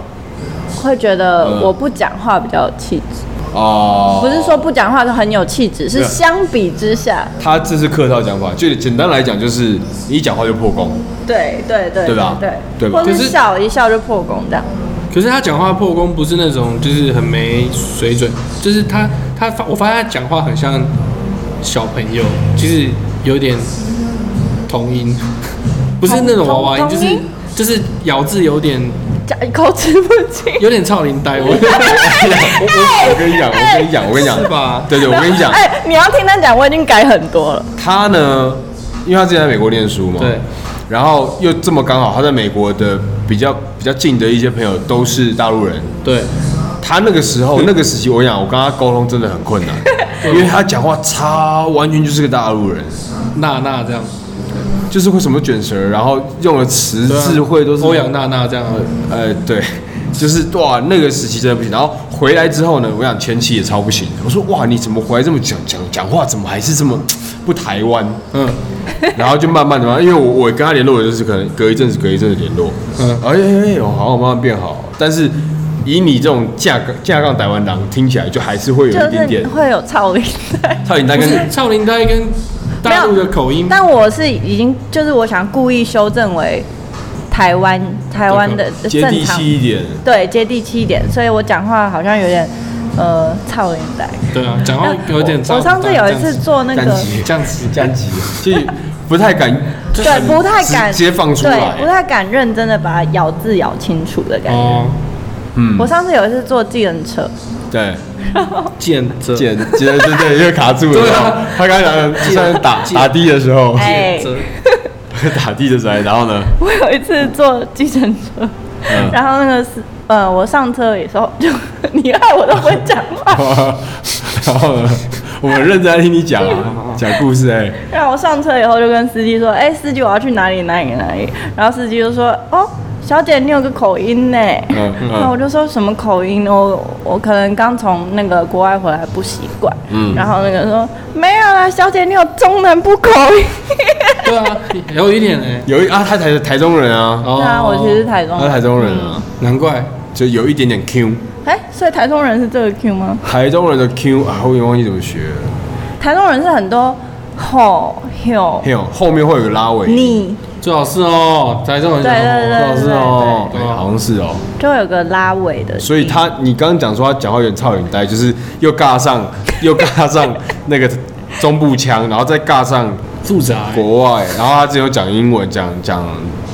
Speaker 3: 会觉得
Speaker 1: 嗯
Speaker 3: 我不讲话比较有气质，
Speaker 1: 哦，
Speaker 3: 不是说不讲话就很有气质，是
Speaker 1: 对啊
Speaker 3: 相比之下，
Speaker 1: 他这是客套讲法，就简单来讲就是你一讲话就破 功，
Speaker 3: 对对对
Speaker 1: 对吧
Speaker 3: 对，
Speaker 1: 对吧
Speaker 3: 或是
Speaker 2: 可是
Speaker 3: 笑一笑就破功这样，
Speaker 2: 可是他讲话破功不是那种就是很没水准，就是他他发我发现他讲话很像小朋友，就是有点童音， 不是那种娃娃音，
Speaker 3: 童
Speaker 2: 就
Speaker 3: 童
Speaker 2: 是
Speaker 3: 音
Speaker 2: 就是咬字有点
Speaker 3: 讲一口齿不清，
Speaker 2: 有点超龄 呆，我
Speaker 1: 我我我跟你讲，我跟你讲，我跟你讲，
Speaker 2: 是吧
Speaker 1: 对对，我跟你讲，
Speaker 3: 哎，你要听他讲，我已经改很多了，
Speaker 1: 他呢，因为他之前在美国念书嘛，
Speaker 2: 对，
Speaker 1: 然后又这么刚好，他在美国的比较比较近的一些朋友都是大陆人，
Speaker 2: 对，
Speaker 1: 他那个时 候那个时期，我跟你讲，我跟他沟通真的很困难，因为他讲话超完全就是个大陆人，
Speaker 2: 娜娜这样，
Speaker 1: 就是会什么卷舌，然后用的词
Speaker 2: 对啊
Speaker 1: 智慧都是
Speaker 2: 欧阳娜娜这样而已，
Speaker 1: 呃，对，就是哇，那个时期真的不行。然后回来之后呢，我想前期也超不行。我说哇，你怎么回来这么讲讲讲话，怎么还是这么不台湾？
Speaker 2: 嗯，
Speaker 1: 然后就慢慢的嘛，因为我我跟他联络，就是可能隔一阵子隔一阵子联络，
Speaker 2: 嗯
Speaker 1: 嗯，哎哎哎，我好像慢慢变好。但是以你这种架杠架杠台湾狼，听起来就还是会有一点
Speaker 3: 就是
Speaker 1: 点
Speaker 3: 会有超龄在。
Speaker 1: 差点在
Speaker 2: 不
Speaker 1: 跟
Speaker 2: 是超龄呆跟大陆的口音，
Speaker 3: 但我是已经就是我想故意修正为台湾台湾的
Speaker 1: 接
Speaker 3: 正
Speaker 1: 地
Speaker 3: 常，
Speaker 1: 气一点。
Speaker 3: 对接地气一点，所以我讲话好像有点呃操龄带。
Speaker 2: 对啊，讲话有点
Speaker 3: 我
Speaker 2: 超
Speaker 3: 我
Speaker 2: 龄呆
Speaker 3: 上次有一次做那
Speaker 1: 单
Speaker 3: 个，
Speaker 1: 机
Speaker 2: 这样子，
Speaker 1: 这样子，就不太敢，就是
Speaker 3: 对，不太敢
Speaker 1: 直接放出来
Speaker 3: 对，不太敢认真的把咬字咬清楚的感觉。
Speaker 2: 哦，
Speaker 1: 嗯
Speaker 3: 我，上次有一次坐计程车，
Speaker 1: 对。
Speaker 2: 见 着
Speaker 1: 剪剪对对，因为卡住了。
Speaker 2: 对啊
Speaker 1: 他刚才讲的就像打
Speaker 2: 剪
Speaker 1: 打的的时候，
Speaker 3: 哎
Speaker 2: 见着，
Speaker 1: 打的的时候，然后呢，
Speaker 3: 我有一次坐计程车，
Speaker 1: 嗯
Speaker 3: 然后那个是呃，我上车的时候就 你害我都不会讲话，
Speaker 1: 然后呢，我们认真在听你讲啊，讲故事哎，
Speaker 3: 然后我上车以后就跟司机说：“哎、司机，我要去哪里哪里哪里。”然后司机就说：“哦，小姐，你有个口音呢。
Speaker 1: 嗯嗯
Speaker 3: 然后我就说什么口音？我我可能刚从那个国外回来不习惯。
Speaker 1: 嗯
Speaker 3: 然后那个说：“没有啦，小姐，你有中南部口音。
Speaker 2: 对啊，有一点哎，
Speaker 1: 有一啊，他台台中人啊，
Speaker 2: 哦
Speaker 3: 对啊，我其实是台中
Speaker 1: 他
Speaker 3: 人。
Speaker 1: 台中人啊，
Speaker 2: 难怪，
Speaker 1: 就有一点点 Q，
Speaker 3: 哎、所以台中人是这个 Q 吗？
Speaker 1: 台中人的 Q 啊，我也忘记怎么学了，
Speaker 3: 台中人是很多吼吼
Speaker 1: 还有后面会有个拉尾，
Speaker 3: 你，
Speaker 2: 最好是哦，台中人
Speaker 3: 对
Speaker 2: 讲
Speaker 3: 对
Speaker 2: 哦
Speaker 3: 对
Speaker 1: 好像是哦，
Speaker 2: 对
Speaker 1: 对，
Speaker 2: 对对
Speaker 1: 好像是哦，
Speaker 3: 就会有个拉尾的音。
Speaker 1: 所以 他你刚刚讲说他讲话有点操眼呆，就是又尬上 又尬上那个中部腔，然后再尬上。
Speaker 2: 复杂欸。
Speaker 1: 国外，然后他只有讲英文，讲讲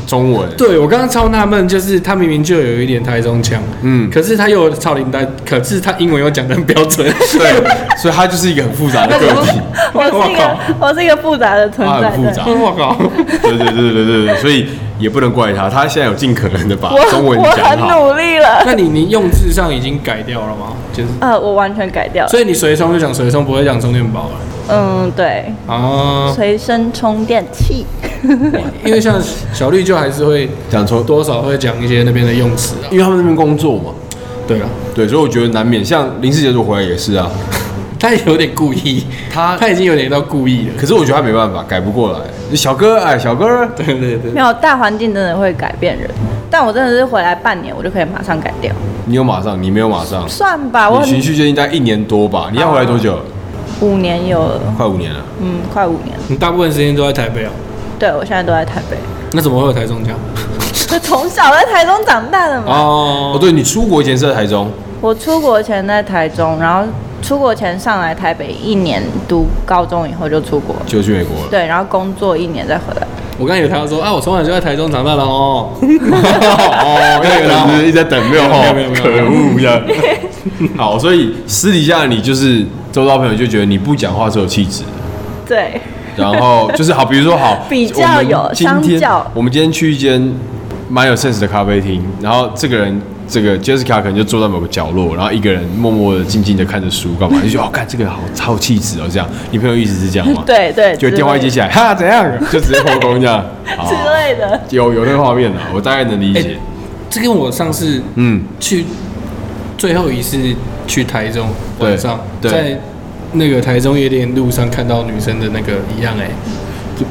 Speaker 1: 中文，
Speaker 2: 对我刚刚超纳闷，就是他明明就有一点台中腔，
Speaker 1: 嗯
Speaker 2: 可是他又有超龄呆，可是他英文又讲得很标准，
Speaker 1: 对， 所以他就是一个很复杂的个体，
Speaker 3: 我是一个我是一个复杂的存
Speaker 1: 他
Speaker 3: 在。
Speaker 1: 很复
Speaker 3: 对
Speaker 1: 杂，
Speaker 2: 我靠，
Speaker 1: 对对对对对对，所以也不能怪他，他现在有尽可能的把
Speaker 3: 我
Speaker 1: 中文
Speaker 3: 我
Speaker 1: 讲
Speaker 3: 很
Speaker 1: 好。
Speaker 3: 努力了，
Speaker 2: 那你你用字上已经改掉了吗？就是，
Speaker 3: 呃，我完全改掉了。
Speaker 2: 所以你随充就讲随充，不会讲充电宝了
Speaker 3: 嗯，对，
Speaker 1: 嗯
Speaker 2: 啊？
Speaker 3: 随身充电器。
Speaker 2: 因为像小绿就还是会
Speaker 1: 讲错，
Speaker 2: 多少会讲一些那边的用词啊。
Speaker 1: 因为他们那边工作嘛，
Speaker 2: 对啊了，
Speaker 1: 对，所以我觉得难免。像林世杰如果回来也是啊，
Speaker 2: 他也有点故意，
Speaker 1: 他
Speaker 2: 他已经有点到故意了。
Speaker 1: 可是我觉得他没办法，改不过来。小哥，哎，小哥，
Speaker 2: 对对对
Speaker 3: 没，有大环境真的会改变人，但我真的是回来半年，我就可以马上改掉，
Speaker 1: 你有马上，你没有马上。
Speaker 3: 算吧，我
Speaker 1: 你
Speaker 3: 很
Speaker 1: 循序渐进，大概一年多吧。你要回来多久？
Speaker 3: 五年有了，
Speaker 1: 快五年了。
Speaker 3: 嗯，快五年了，
Speaker 2: 你大部分时间都在台北啊，
Speaker 3: 对我现在都在台北，
Speaker 2: 那怎么会有台中腔？
Speaker 3: 就从小在台中长大的嘛。
Speaker 1: 哦，
Speaker 2: 哦，
Speaker 1: 对，你出国以前是在台中，
Speaker 3: 我出国前在台中，然后出国前上来台北一年，读高中以后就出国，
Speaker 1: 就去美国了。
Speaker 3: 对，然后工作一年再回来。
Speaker 2: 我刚才有听到说啊，我从小就在台中长大 的哦。
Speaker 1: 哦，一直等，一直在等，没有哈
Speaker 2: 没有没有
Speaker 1: 可恶的。好，所以私底下你就是周遭朋友就觉得你不讲话是有气质的，
Speaker 3: 对，
Speaker 1: 然后就是好，比如说好，
Speaker 3: 比较有
Speaker 1: 我们今天
Speaker 3: 相较
Speaker 1: 我们今天去一间蛮有 sense 的咖啡厅，然后这个人。这个 Jessica 可能就坐在某个角落，然后一个人默默的、静静的看着书， 干嘛？就觉得哦，看这个好好有气质哦，这样。你朋友一直是这样吗？，
Speaker 3: 对对，
Speaker 1: 啊就电话一啊接起来，哈，怎样？ 就直接破功这样。好
Speaker 3: 之，类的，
Speaker 1: 有有那个画面的，我大概能理
Speaker 2: 哎、
Speaker 1: 解。
Speaker 2: 这跟我上次
Speaker 1: 嗯，
Speaker 2: 去最后一次去台中
Speaker 1: 对
Speaker 2: 晚上，
Speaker 1: 对
Speaker 2: 在那个台中夜店路上看到女生的那个一样哎、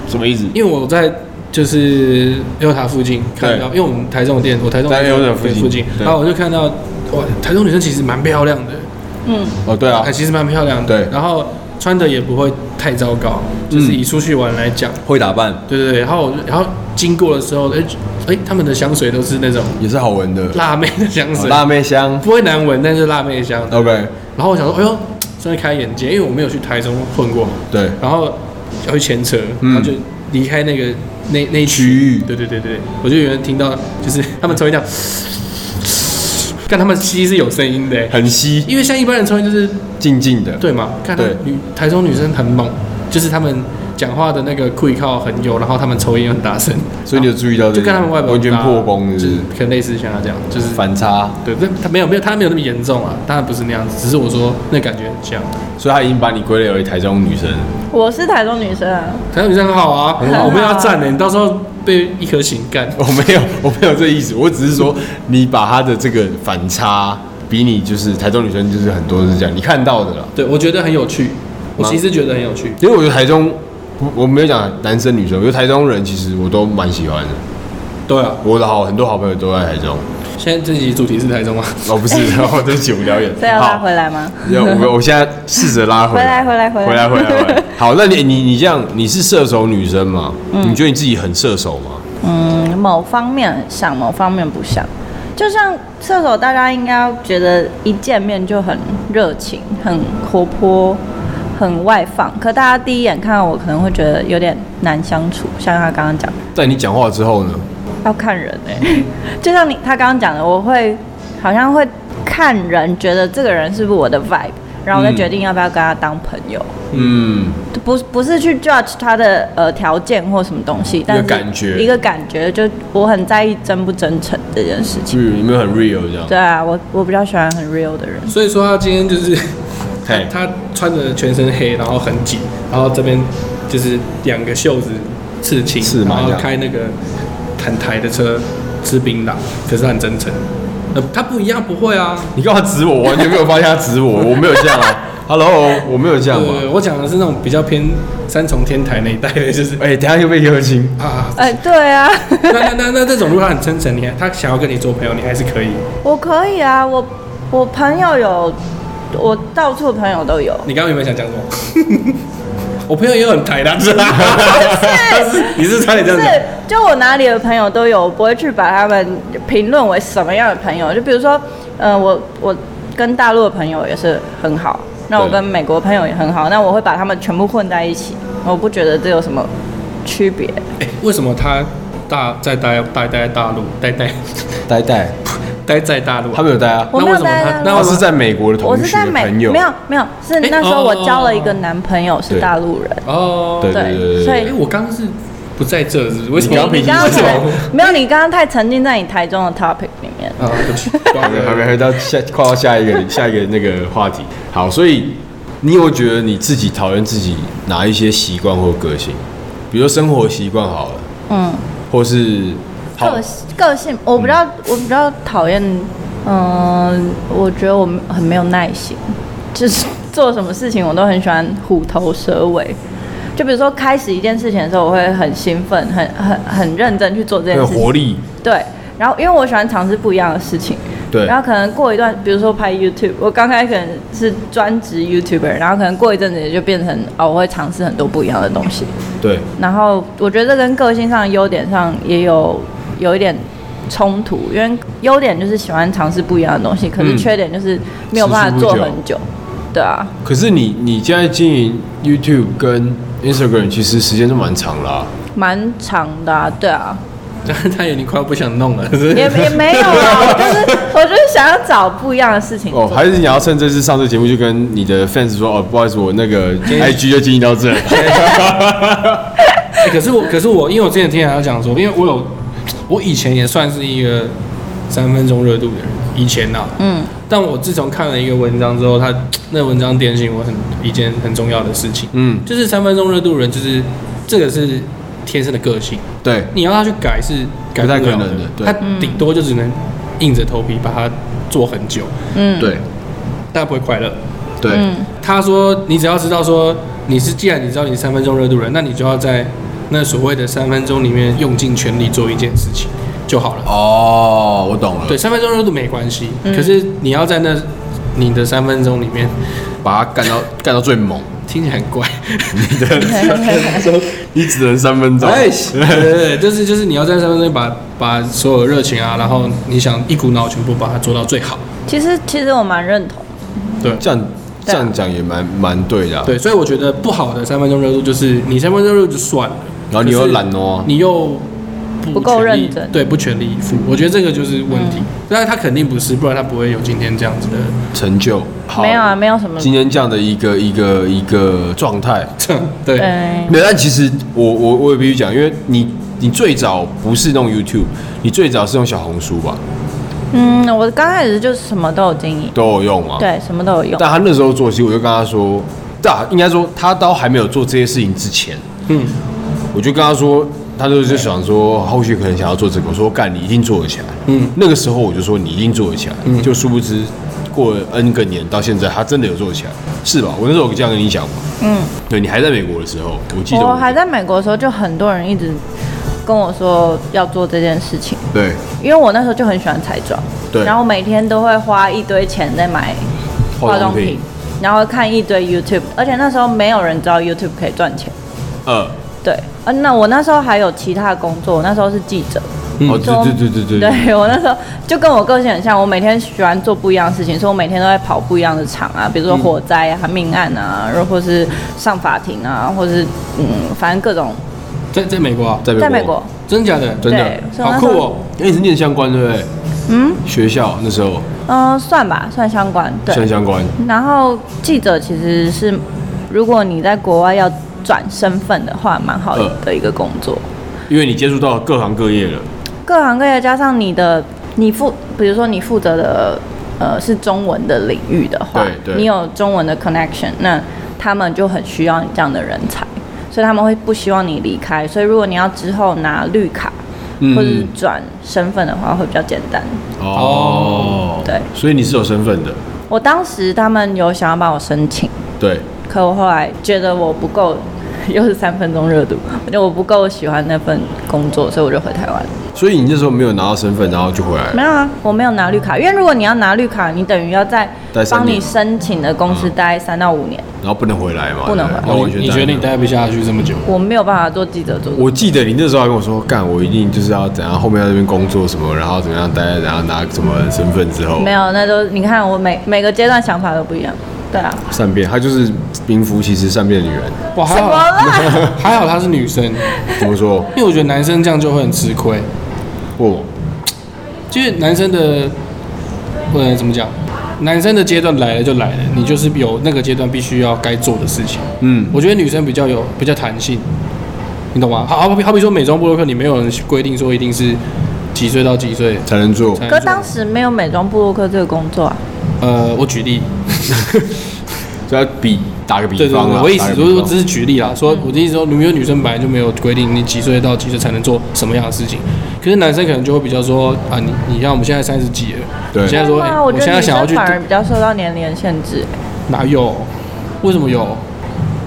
Speaker 1: 什么意思？
Speaker 2: 因为我在就是优塔附近看到，因
Speaker 1: 对
Speaker 2: 为我们台中有店，我台中
Speaker 1: 在
Speaker 2: 有店
Speaker 1: Elta 附近
Speaker 2: 对附近，
Speaker 1: 对
Speaker 2: 然后我就看到哇，台中女生其实蛮漂亮的，
Speaker 3: 嗯，
Speaker 1: 哦，对啊
Speaker 2: 哎，，其实蛮漂亮的，
Speaker 1: 对嗯
Speaker 2: 然后穿的也不会太糟糕，就是以出去玩来讲，
Speaker 1: 会打扮
Speaker 2: 对对对，然后我就然后经过的时候，哎、哎，他们的香水都是那种
Speaker 1: 也是好闻的，
Speaker 2: 辣妹的香
Speaker 1: 哦
Speaker 2: 水，
Speaker 1: 辣妹香。
Speaker 2: 不会难闻，但是辣妹香。
Speaker 1: OK，
Speaker 2: 然后我想说，哎呦，算是开眼界，因为我没有去台中混过，
Speaker 1: 对，
Speaker 2: 然后要去牵扯，
Speaker 1: 嗯
Speaker 2: 然后就离开那个那那一区
Speaker 1: 区域
Speaker 2: 对对对对，对我就有人听到，就是他们抽烟这样，看他们吸是有声音的，
Speaker 1: 很稀，
Speaker 2: 因为像一般人抽烟就是
Speaker 1: 静静的。
Speaker 2: 对嘛，看到
Speaker 1: 对
Speaker 2: 女台中女生很猛，就是他们讲话的那个跪靠很有，然后他们抽烟很大声，
Speaker 1: 所以你有注意到这
Speaker 2: 就
Speaker 1: 个
Speaker 2: 看他们外表
Speaker 1: 完全
Speaker 2: 很大啊
Speaker 1: 破功是不
Speaker 2: 就是是可能类似像他这样，就是
Speaker 1: 反差，
Speaker 2: 对，但他没有没有，他没有那么严重啊，当然不是那样子，只是我说那感觉很像。
Speaker 1: 所以他已经把你归类为台中女生。
Speaker 3: 我是台中女生啊，
Speaker 2: 台中女生很好啊，
Speaker 3: 好啊
Speaker 2: 我们要站呢、你到时候被一颗醒干。
Speaker 1: 我没有， 我没有这意思，我只是说你把他的这个反差，比你就是台中女生就是很多是这样，你看到的啦。
Speaker 2: 对，我觉得很有趣，我其实觉得很有趣。
Speaker 1: 因为我觉得台中，不我没有讲男生女生，我觉得台中人其实我都蛮喜欢的。
Speaker 2: 对啊，
Speaker 1: 我的好很多好朋友都在台中，
Speaker 2: 现在这集主题是台中啊，
Speaker 1: 哦不是，哦对不起，我们聊远。
Speaker 3: 所以要
Speaker 1: 好
Speaker 3: 拉回来吗？
Speaker 1: 要我我现在试着拉回来，
Speaker 3: 回来回
Speaker 1: 回
Speaker 3: 来回
Speaker 1: 来
Speaker 3: 来
Speaker 1: 回来回来。好，那你你你这样，你是射手女生吗？你觉得你自己很射手吗？
Speaker 3: 嗯，某方面想，某方面不想。就像射手，大家应该觉得一见面就很热情、很活泼、很外放，可大家第一眼看到我，可能会觉得有点难相处。像他刚刚讲，
Speaker 1: 在你讲话之后呢？
Speaker 3: 要看人哎、 就像你他刚刚讲的，我会好像会看人，觉得这个人是不是我的 vibe，然后我再
Speaker 1: 嗯
Speaker 3: 决定要不要跟他当朋友。
Speaker 1: 嗯，
Speaker 3: 不不是去 judge 他的呃条件或什么东西，但是
Speaker 1: 感觉
Speaker 3: 一个感觉，就我很在意真不真诚这件事情。
Speaker 1: 是有没有很 real 这样？
Speaker 3: 对啊，我我比较喜欢很 real 的人。
Speaker 2: 所以说他今天就是 他
Speaker 1: 嘿
Speaker 2: 他穿着全身黑，然后很紧，然后这边就是两个袖子刺青，
Speaker 1: 是
Speaker 2: 然
Speaker 1: 吗
Speaker 2: 后
Speaker 1: 这样
Speaker 2: 开那个很台的车吃槟榔，可是他很真诚。呃，他不一样，不会啊。
Speaker 1: 你干嘛指我？我完全没有发现他指我，我没有这样 啊。Hello，我没有这样嘛。
Speaker 2: 对，我讲的是那种比较偏三重天台那一带的，就是
Speaker 1: 哎、等一下又被邀 请。
Speaker 2: 啊，
Speaker 3: 哎、对啊，
Speaker 2: 那那那那这种，如果他很真诚，你还他想要跟你做朋友，你还是可以。
Speaker 3: 我可以啊，我我朋友有，我到处朋友都有。
Speaker 2: 你刚刚有没有想讲什么？ 我朋友也有很台的啊， 是吧？你是 差点这样
Speaker 3: 是
Speaker 2: 讲，，
Speaker 3: 就我哪里的朋友都有，我不会去把他们评论为什么样的朋友。就比如说，呃，我我跟大陆的朋友也是很好，那我
Speaker 1: 对
Speaker 3: 跟美国朋友也很好，那我会把他们全部混在一起，我不觉得这有什么区别。
Speaker 2: 哎、为什么他大在待待待在大陆，待待
Speaker 1: 呆呆，
Speaker 2: 待在大陆啊？
Speaker 1: 他没有呆啊。
Speaker 3: 我
Speaker 2: 那为
Speaker 3: 没有
Speaker 2: 什么
Speaker 3: 待在
Speaker 2: 他
Speaker 3: 大陆
Speaker 2: 那
Speaker 1: 他
Speaker 2: 为什
Speaker 1: 是
Speaker 2: 么
Speaker 1: 在美国的同
Speaker 3: 我
Speaker 1: 学
Speaker 3: 是在美
Speaker 1: 朋友。
Speaker 3: 没有没有，是
Speaker 2: 哎
Speaker 3: 那时候我
Speaker 2: 哦
Speaker 3: 交了一个男朋友是大陆人，
Speaker 2: 哦？
Speaker 1: 对对对对
Speaker 3: 所
Speaker 1: 对
Speaker 3: 以
Speaker 2: 哎、我刚刚是不在这是不是为什么
Speaker 1: 你刚
Speaker 3: 你
Speaker 1: 刚
Speaker 2: 为
Speaker 3: 刚刚可
Speaker 2: 什
Speaker 3: 能
Speaker 2: 么？
Speaker 3: 没有，你刚刚太沉浸在你台中的 topic 里面。
Speaker 2: 啊，对不起，不好
Speaker 1: 还
Speaker 2: 意
Speaker 1: 没
Speaker 2: 思
Speaker 1: 还没还没到下跨到下一 个下一个那个话题。好，所以你有没有觉得你自己讨厌自己哪一些习惯或个性？比如说生活习惯好了，
Speaker 3: 嗯，
Speaker 1: 或是好嗯
Speaker 3: 个性个性，我比较我比较讨厌，嗯，我觉得我很没有耐心，就是做什么事情我都很喜欢虎头蛇尾。就比如说开始一件事情的时候，我会很兴奋，很很很认真去做这
Speaker 1: 很
Speaker 3: 件
Speaker 1: 有
Speaker 3: 事情。
Speaker 1: 活力，
Speaker 3: 对，然后因为我喜欢尝试不一样的事情，
Speaker 1: 对
Speaker 3: 然后可能过一段，比如说拍 YouTube，我刚开始可能是专职 YouTuber，然后可能过一阵子也就变成哦，我会尝试很多不一样的东西。
Speaker 1: 对，
Speaker 3: 然后我觉得这跟个性上、优点上也有有一点冲突，因为优点就是喜欢尝试不一样的东西，可是
Speaker 1: 嗯
Speaker 3: 缺点就是没有办法
Speaker 1: 持续
Speaker 3: 做
Speaker 1: 不久
Speaker 3: 很久。对啊，
Speaker 1: 可是你你现在经营 YouTube 跟 Instagram，其实时间都蛮长啦、啊
Speaker 3: 蛮长的、啊，对啊，
Speaker 2: 他有点快要不想弄了，是不是
Speaker 3: 也也没有啊， 我就是我就是想要找不一样的事情做。
Speaker 1: 哦，还是你要趁这次上这节目就跟你的 fans 说哦，不好意思，我那 个 IG 就经营到这了。
Speaker 2: 欸可是我，可是我，因为我之前听人家讲说，因为我有，我以前也算是一个三分钟热度的人，以前啊呐、
Speaker 3: 嗯，
Speaker 2: 但我自从看了一个文章之后，他那文章点醒我很一件很重要的事情，
Speaker 1: 嗯，
Speaker 2: 就是三分钟热度人，就是这个是天生的个性，
Speaker 1: 对，
Speaker 2: 你要他去改是改
Speaker 1: 不太
Speaker 2: 了
Speaker 1: 可能的对
Speaker 2: 他顶多就只能硬着头皮把它做很久，
Speaker 3: 嗯，
Speaker 1: 对，
Speaker 2: 但不会快乐。
Speaker 1: 对，
Speaker 3: 嗯
Speaker 2: 他说，你只要知道说你是，既然你知道你是三分钟热度人，那你就要在那所谓的三分钟里面用尽全力做一件事情就好了。
Speaker 1: 哦，我懂了
Speaker 2: 对，，三分钟热度没关系，
Speaker 3: 嗯
Speaker 2: 可是你要在那你的三分钟里面，
Speaker 1: 把它干到干到最 猛。
Speaker 2: 听起来很怪。
Speaker 1: 你的你只能三分钟，
Speaker 2: 哎， 对对对，就是就是你要在三分钟里把把所有热情啊，然后你想一股脑全部把它做到最好。
Speaker 3: 其实其实我蛮认同，
Speaker 2: 对
Speaker 1: 这
Speaker 3: 啊
Speaker 1: 样这样讲也蛮蛮对的啊。
Speaker 2: 对，所以我觉得不好的三分钟热度就是你三分钟热度就算了，
Speaker 1: 然后你
Speaker 2: 可是
Speaker 1: 又懒哦
Speaker 2: 你又
Speaker 3: 不够
Speaker 2: 全力
Speaker 3: 认真嗯
Speaker 2: 对，不全力以赴。我觉得这个就是问题，但是他肯定不是，不然他不会有今天这样子的。
Speaker 1: 成就好
Speaker 3: 没有啊，没有什么，
Speaker 1: 今天这样的一个一个一个状态，
Speaker 2: 对，
Speaker 3: 对，
Speaker 1: 没有，但其实我我我也必须讲，因为你你最早不是弄 YouTube，你最早是用小红书吧，
Speaker 3: 嗯，我刚开始就是什么都有经营，
Speaker 1: 都有用啊。。
Speaker 3: 对，什么都有用，
Speaker 1: 但他那时候做，其实我就跟他说，大应该说他都还没有做这些事情之前，
Speaker 2: 嗯，
Speaker 1: 我就跟他说，他就就想说后续可能想要做这个，我说干你一定做得起来。
Speaker 2: 嗯，
Speaker 1: 那个时候我就说你一定做得起来，
Speaker 3: 嗯
Speaker 1: 就殊不知过了 N 个年到现在，他真的有做得起来，是吧？我那时候有这样跟你讲嘛，
Speaker 3: 嗯，
Speaker 1: 对你还在美国的时候，我记得
Speaker 3: 我还在美国的时候，就很多人一直跟我说要做这件事情，
Speaker 1: 对
Speaker 3: 因为我那时候就很喜欢彩妆，
Speaker 1: 对
Speaker 3: 然后每天都会花一堆钱在买化妆品，然后看一堆 YouTube，而且那时候没有人知道 YouTube 可以赚钱，
Speaker 1: 呃，
Speaker 3: 对，啊，那我那时候还有其他的工作，我那时候是记者，
Speaker 2: 嗯
Speaker 1: 哦，
Speaker 3: 说
Speaker 1: 对对对对对，
Speaker 3: 对我那时候就跟我个性很像，我每天喜欢做不一样的事情，所以我每天都在跑不一样的场啊，比
Speaker 1: 嗯
Speaker 3: 如说火灾啊、命案啊，然后或是上法庭啊，或是嗯，反正各种
Speaker 2: 在在美国啊，
Speaker 1: 在
Speaker 3: 在美国，
Speaker 2: 真假的，
Speaker 1: 真的
Speaker 3: 对，所以
Speaker 2: 好
Speaker 3: 我那时
Speaker 2: 酷
Speaker 3: 候
Speaker 2: 哦，
Speaker 1: 因为你是念相关对不对？
Speaker 3: 嗯
Speaker 1: 学校那时候
Speaker 3: 嗯、呃算吧，算相关，
Speaker 1: 算
Speaker 3: 对。
Speaker 1: 相关，
Speaker 3: 然后记者其实是，如果你在国外要转身份的话，蛮好
Speaker 1: 嗯
Speaker 3: 的一个工作。
Speaker 1: 因为你接触到各行各业了，
Speaker 3: 各行各业加上你的你负，比如说你负责的呃是中文的领域的话，
Speaker 1: 对对
Speaker 3: 你有中文的 connection，那他们就很需要你这样的人才，所以他们会不希望你离开。所以如果你要之后拿绿卡或者是
Speaker 1: 嗯，
Speaker 3: 转身份的话，会比较简单。
Speaker 1: 哦，
Speaker 3: 对，
Speaker 1: 所以你是有身份的，
Speaker 3: 我当时他们有想要帮我申请，
Speaker 1: 对，
Speaker 3: 可我后来觉得我不够。 又是三分钟热度，我觉得我不够喜欢那份工作，所以我就回台湾了。
Speaker 1: 所以你那时候没有拿到身份，然后就回来了
Speaker 3: 没。有啊，我没有拿绿卡，因为如果你要拿绿卡，你等于要在
Speaker 1: 待三
Speaker 3: 帮你
Speaker 1: 年
Speaker 3: 申请的公司待三到五年，
Speaker 1: 然后不能回来嘛，
Speaker 3: 不能回来
Speaker 1: 对那
Speaker 2: 哦
Speaker 1: 完
Speaker 2: 你
Speaker 1: 全
Speaker 2: 你觉得你待不下去这么久？
Speaker 3: 我没有办法做记者做。
Speaker 1: 我记得你那时候还跟我说，干，我一定就是要怎样，后面在这边工作什么，然后怎么样待，然后拿什么身份之后，
Speaker 3: 没有，那都你看我每每个阶段想法都不一样，对啊，
Speaker 1: 善变，她就是名副其实善变的女人。
Speaker 2: 哇，还
Speaker 3: 怎么
Speaker 2: 好
Speaker 3: 了？
Speaker 2: 还好她是女生，因
Speaker 1: 怎么说？
Speaker 2: 为我觉得男生这样就会很吃亏，
Speaker 1: 问我，
Speaker 2: 就是男生的，呃，怎么讲？男生的阶段来了就来了，你就是有那个阶段必须要该做的事情。
Speaker 1: 嗯，
Speaker 2: 我觉得女生比较有比较弹性，你懂吗？好好比好比说美妆部落客，你没有人规定说一定是几岁到几岁。
Speaker 1: 才能做。
Speaker 2: 才能
Speaker 3: 可
Speaker 2: 做
Speaker 3: 当时没有美妆部落客这个工作啊，
Speaker 2: 呃，我举例，
Speaker 1: 就要比打个比
Speaker 2: 对对对，
Speaker 1: 方啊，
Speaker 2: 我意
Speaker 1: 打
Speaker 2: 思
Speaker 1: 个
Speaker 2: 就是
Speaker 1: 比
Speaker 2: 说
Speaker 1: 方
Speaker 2: 只是举例啦，说我的意思说，如果有女生本来就没有规定你几岁到几岁才能做什么样的事情，可是男生可能就会比较说啊，你你像我们现在三十几了，
Speaker 1: 对
Speaker 2: 你现在说，
Speaker 3: 没有
Speaker 2: 哎
Speaker 3: 啊，我觉
Speaker 2: 现
Speaker 3: 得
Speaker 2: 在
Speaker 3: 女
Speaker 2: 想要
Speaker 3: 生
Speaker 2: 去
Speaker 3: 反而比较受到年龄的限制。
Speaker 2: 哪有？为什么有？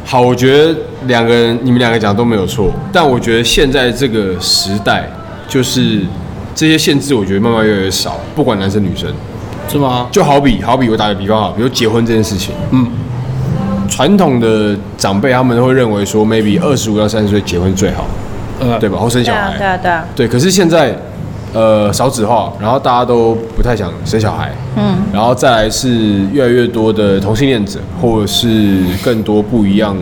Speaker 1: 好，我觉得两个人你们两个讲都没有错，但我觉得现在这个时代，就是这些限制，我觉得慢慢越来越少，不管男生女生。
Speaker 2: 是吗？
Speaker 1: 就好比好比我打个比方啊，比如结婚这件事情，
Speaker 2: 嗯，
Speaker 1: 传统的长辈他们会认为说，maybe 二十五到三十岁结婚最好，
Speaker 2: 呃，
Speaker 1: 对吧？或生
Speaker 3: 对
Speaker 1: 小
Speaker 3: 啊，
Speaker 1: 孩，
Speaker 3: 对啊，对啊，
Speaker 1: 对，可是现在，呃，少子化，然后大家都不太想生小孩，
Speaker 3: 嗯，
Speaker 1: 然后再来是越来越多的同性恋者，或者是更多不一样、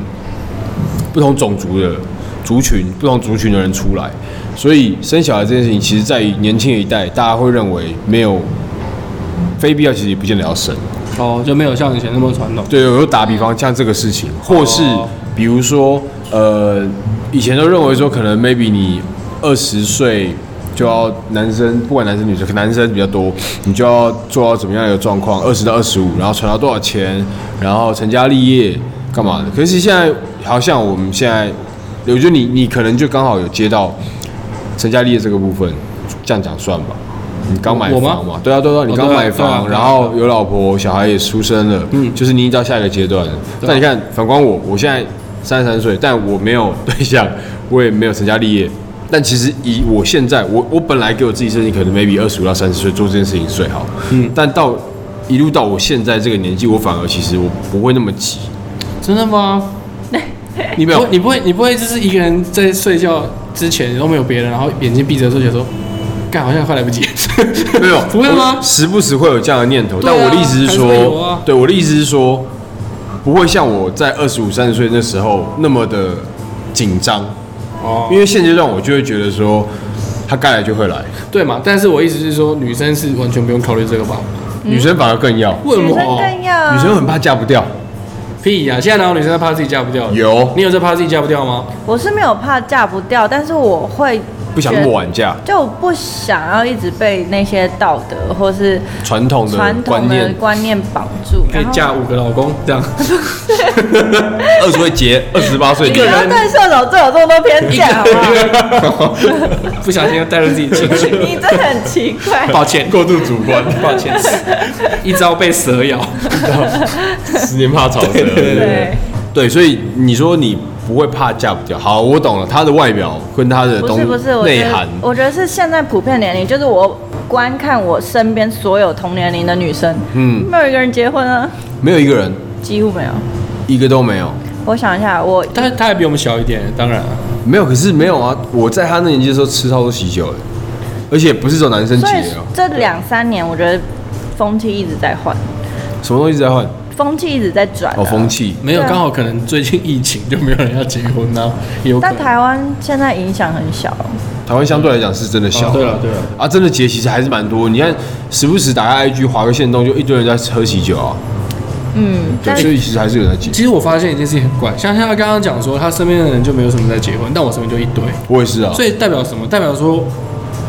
Speaker 1: 不同种族的族群、不同族群的人出来，所以生小孩这件事情，其实在于年轻的一代，大家会认为没有非必要，其实也不见得要生。
Speaker 2: 哦，就没有像以前那么传统。
Speaker 1: 对，我就打比方，像这个事情，或是
Speaker 2: 哦
Speaker 1: 比如说，呃，以前都认为说，可能 maybe 你二十岁就要男生，不管男生女生，可男生比较多，你就要做到怎么样一个状况，二十到二十五，然后存到多少钱，然后成家立业，干嘛的？可是现在好像我们现在，我觉得你你可能就刚好有接到成家立业这个部分，这样讲算吧。你刚买
Speaker 2: 我吗
Speaker 1: 房嘛？对啊，对啊，你
Speaker 2: 哦
Speaker 1: 刚
Speaker 2: 对啊
Speaker 1: 买
Speaker 2: 对啊
Speaker 1: 房，
Speaker 2: 对啊
Speaker 1: 然后有老婆，小孩也出生了，嗯，
Speaker 2: 嗯
Speaker 1: 就是你已经到下一个阶段了。
Speaker 2: 对啊
Speaker 1: 但你看，反观我，我现在三十三岁，但我没有对象，我也没有成家立业。但其实以我现在，我我本来给我自己设定，可能 maybe 二十五到三十岁做这件事情最好。嗯，但到一路到我现在这个年纪，我反而其实我不会那么急。
Speaker 2: 真的吗？
Speaker 1: 你没
Speaker 2: 不
Speaker 1: 有
Speaker 2: 会，你不会，你不会就是一个人在睡觉之前都没有别人，然后眼睛闭着的时候觉得说，干好像快来 不及。
Speaker 1: 没有，
Speaker 2: 不会吗
Speaker 1: 我时不时会有这样的念头，
Speaker 2: 对
Speaker 1: 但
Speaker 2: 啊
Speaker 1: 我的意思是
Speaker 2: 还是会有
Speaker 1: 说，
Speaker 2: 啊
Speaker 1: 对我的意思是说，不会像我在二十五、三十岁那时候那么的紧张，
Speaker 2: 哦
Speaker 1: 因为现阶段我就会觉得说，他该来就会来，
Speaker 2: 对嘛？但是我意思是说，女生是完全不用考虑这个吧？
Speaker 1: 女生反而更要，
Speaker 2: 为什
Speaker 3: 女
Speaker 2: 么？
Speaker 3: 生更要啊
Speaker 1: 女生很怕嫁不掉，
Speaker 2: 哦屁呀、现在哪有女生在怕自己嫁不掉的？
Speaker 1: 有
Speaker 2: 你有在怕自己嫁不掉吗？
Speaker 3: 我是没有怕嫁不掉，但是我会
Speaker 1: 不想
Speaker 3: 觉
Speaker 1: 那么晚嫁，
Speaker 3: 就我不想要一直被那些道德或是
Speaker 1: 传统的
Speaker 3: 传
Speaker 1: 观
Speaker 3: 统的
Speaker 1: 念，
Speaker 3: 观念绑住，
Speaker 2: 可以
Speaker 3: 然后
Speaker 2: 嫁五个老公这 样，
Speaker 1: 二十岁结，二十八岁
Speaker 2: 一
Speaker 3: 不
Speaker 1: 离
Speaker 2: 个人
Speaker 3: 要对射手座有这么多偏见好不好？
Speaker 2: 不小心又带入自己情 绪，
Speaker 3: 你真的很奇怪。
Speaker 2: 抱歉，
Speaker 1: 过度主观，
Speaker 2: 抱歉，一朝被蛇咬。
Speaker 1: 十年怕草蛇。
Speaker 3: 对，
Speaker 1: 对，所以你说你不会怕嫁不掉，好，我懂了，她的外表跟她的
Speaker 3: 不
Speaker 1: 东
Speaker 3: 是不是，我
Speaker 1: 内
Speaker 3: 觉得
Speaker 1: 涵，
Speaker 3: 我觉得是现在普遍年龄，就是我观看我身边所有同年龄的女生，
Speaker 1: 嗯，
Speaker 3: 没有一个人结婚啊，
Speaker 1: 没有一个人
Speaker 3: 几乎没有。
Speaker 1: 一个都没有，
Speaker 3: 我想一下，我
Speaker 2: 但是他还比我们小一点，当然啊、
Speaker 1: 没有。可是没有啊，我在他那年纪的时候吃超多喜酒的，而且不是走男生结
Speaker 3: 所以
Speaker 1: 哦，
Speaker 3: 这两三年，我觉得风气一直在换，
Speaker 1: 什么东西在换？
Speaker 3: 风气一直在转、啊。
Speaker 1: 哦，风气。
Speaker 2: 没有，
Speaker 3: 对啊
Speaker 2: 刚好可能最近疫情就没有人要结婚呢、有可
Speaker 3: 但
Speaker 2: 能。
Speaker 3: 台湾现在影响很小，
Speaker 1: 台湾相对来讲是真的小、
Speaker 2: 哦对了对了，
Speaker 1: 啊，真的结其实还是蛮多。你看，时不时打开 IG 划个线动，就一堆人在喝喜酒啊。
Speaker 3: 嗯，
Speaker 1: 对，
Speaker 3: 但
Speaker 1: 所以其实还是有人在结。
Speaker 2: 其实我发现一件事情很怪，像像他刚刚讲说，他身边的人就没有什么在结婚，但我身边就一堆，
Speaker 1: 我也是啊，
Speaker 2: 所以代表什么？代表说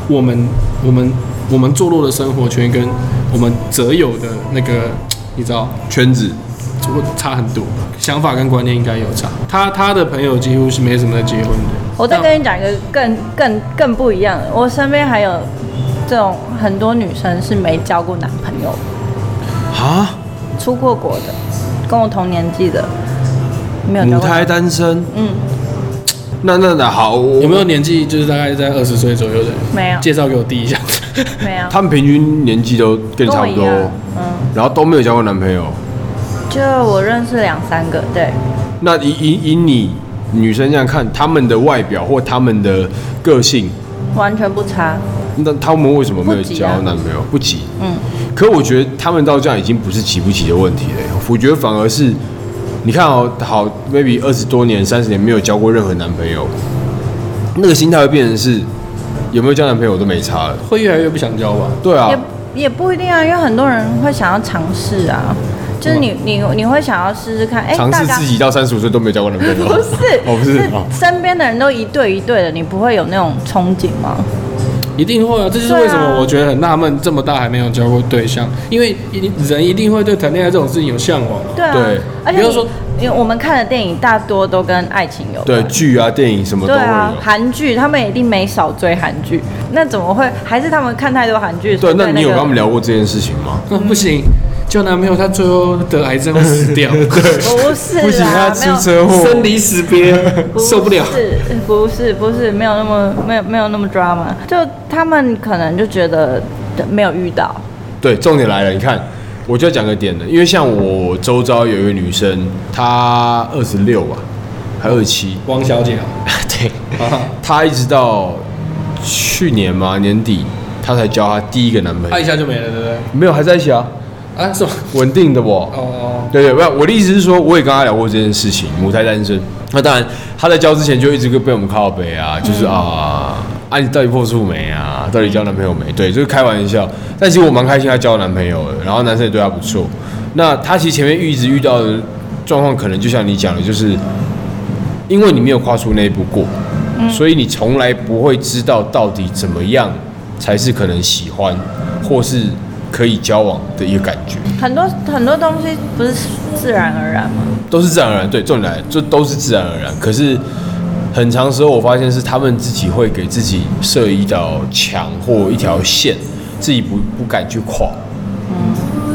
Speaker 2: 我们我们我们坐落的生活圈跟我们择友的那个，你知道，
Speaker 1: 圈子
Speaker 2: 我差很多，想法跟观念应该有差。他他的朋友几乎是没什么在结婚的。
Speaker 3: 我再跟你讲一个更更更不一样的，我身边还有这种很多女生是没交过男朋友，
Speaker 1: 啊，
Speaker 3: 出过国的，跟我同年纪的，没有交
Speaker 1: 母
Speaker 3: 过男
Speaker 1: 胎单身。
Speaker 3: 嗯，
Speaker 1: 那那那好，我
Speaker 2: 有没有年纪就是大概在二十岁左右的人？
Speaker 3: 没有
Speaker 2: 介绍给我弟一下。
Speaker 3: 没有，
Speaker 1: 他们平均年纪都跟你
Speaker 3: 跟
Speaker 1: 差
Speaker 3: 我
Speaker 1: 不
Speaker 3: 一
Speaker 1: 多
Speaker 3: 样，，嗯，
Speaker 1: 然后都没有交过男朋友。
Speaker 3: 就我认识两三个，对，
Speaker 1: 那以以以你女生这样看，他们的外表或他们的个性，
Speaker 3: 完全不差，
Speaker 1: 那他们为什么没有
Speaker 3: 不急
Speaker 1: 交
Speaker 3: 啊
Speaker 1: 男朋友？不急。
Speaker 3: 嗯，
Speaker 1: 可我觉得他们到这样已经不是急不急的问题了，我觉得反而是，你看哦，好，maybe 二十多年、三十年没有交过任何男朋友，那个心态会变成是有没有交男朋友我都没差了。
Speaker 2: 会越来越不想交吧？
Speaker 1: 对啊，
Speaker 3: 也也不一定啊，因为很多人会想要尝试啊，就是你你你会想要试试看，哎、
Speaker 1: 嗯尝
Speaker 3: 大
Speaker 1: 试
Speaker 3: 家
Speaker 1: 自己到三十五岁都没有交过男朋友，，
Speaker 3: 不是
Speaker 1: 哦不是哦
Speaker 3: 身边的人都一对一对的，你不会有那种憧憬吗？
Speaker 2: 一定会啊！这就是
Speaker 3: 对啊
Speaker 2: 为什么我觉得很纳闷，这么大还没有交过对象，因为一人一定会对谈恋爱这种事情有向往啊。
Speaker 3: 对啊，
Speaker 1: 对
Speaker 3: 而且
Speaker 2: 比
Speaker 3: 你
Speaker 2: 如说
Speaker 3: 因为我们看的电影大多都跟爱情有
Speaker 1: 对
Speaker 3: 关。
Speaker 1: 剧啊电影什么都
Speaker 3: 对
Speaker 1: 会
Speaker 3: 啊，
Speaker 1: 有。
Speaker 3: 韩剧他们一定没少追韩剧，那怎么会？还是他们看太多韩剧？所
Speaker 1: 对，
Speaker 3: 以
Speaker 1: 那你有
Speaker 3: 个
Speaker 1: 跟他们聊过这件事情吗？
Speaker 2: 那
Speaker 3: 嗯
Speaker 2: 不行，交男朋友他最后得癌症会 死掉，
Speaker 1: 啊
Speaker 3: 不是啦，
Speaker 1: 不行，他
Speaker 3: 没有
Speaker 1: 出车祸，
Speaker 2: 生离死别，
Speaker 3: 不
Speaker 2: 受不了。
Speaker 3: 是不是不是没有那么没有没有那么 drama，就他们可能就觉得没有遇到，
Speaker 1: 对，重点来了，你看，我就要讲个点了，因为像我周遭有一个女生，她二十六吧，还二七，
Speaker 2: 王小姐啊，
Speaker 1: 对，
Speaker 2: 啊
Speaker 1: 她一直到去年嘛年底，她才交她第一个男朋
Speaker 2: 她
Speaker 1: 友
Speaker 2: 一，下就没了，对不对？
Speaker 1: 没有还在一起啊，
Speaker 2: 啊，是吗？
Speaker 1: 稳定的不？
Speaker 2: 哦，
Speaker 1: 对对，不，我的意思是说，我也跟他聊过这件事情，母胎单身。那当然，他在交之前就一直被我们靠北啊，就是啊、啊，你到底破处没啊？到底交男朋友没？对，就是开玩笑。但其实我蛮开心她交男朋友的，然后男生也对她不错。那她其实前面一直遇到的状况，可能就像你讲的，就是因为你没有跨出那一步过，所以你从来不会知道到底怎么样才是可能喜欢或是可以交往的一个感觉。
Speaker 3: 很多很多东西不是自然而然吗？
Speaker 1: 都是自然而然，对，重点来了，就都是自然而然。可是很长时候，我发现是他们自己会给自己设一道墙或一条线，自己不不敢去跨，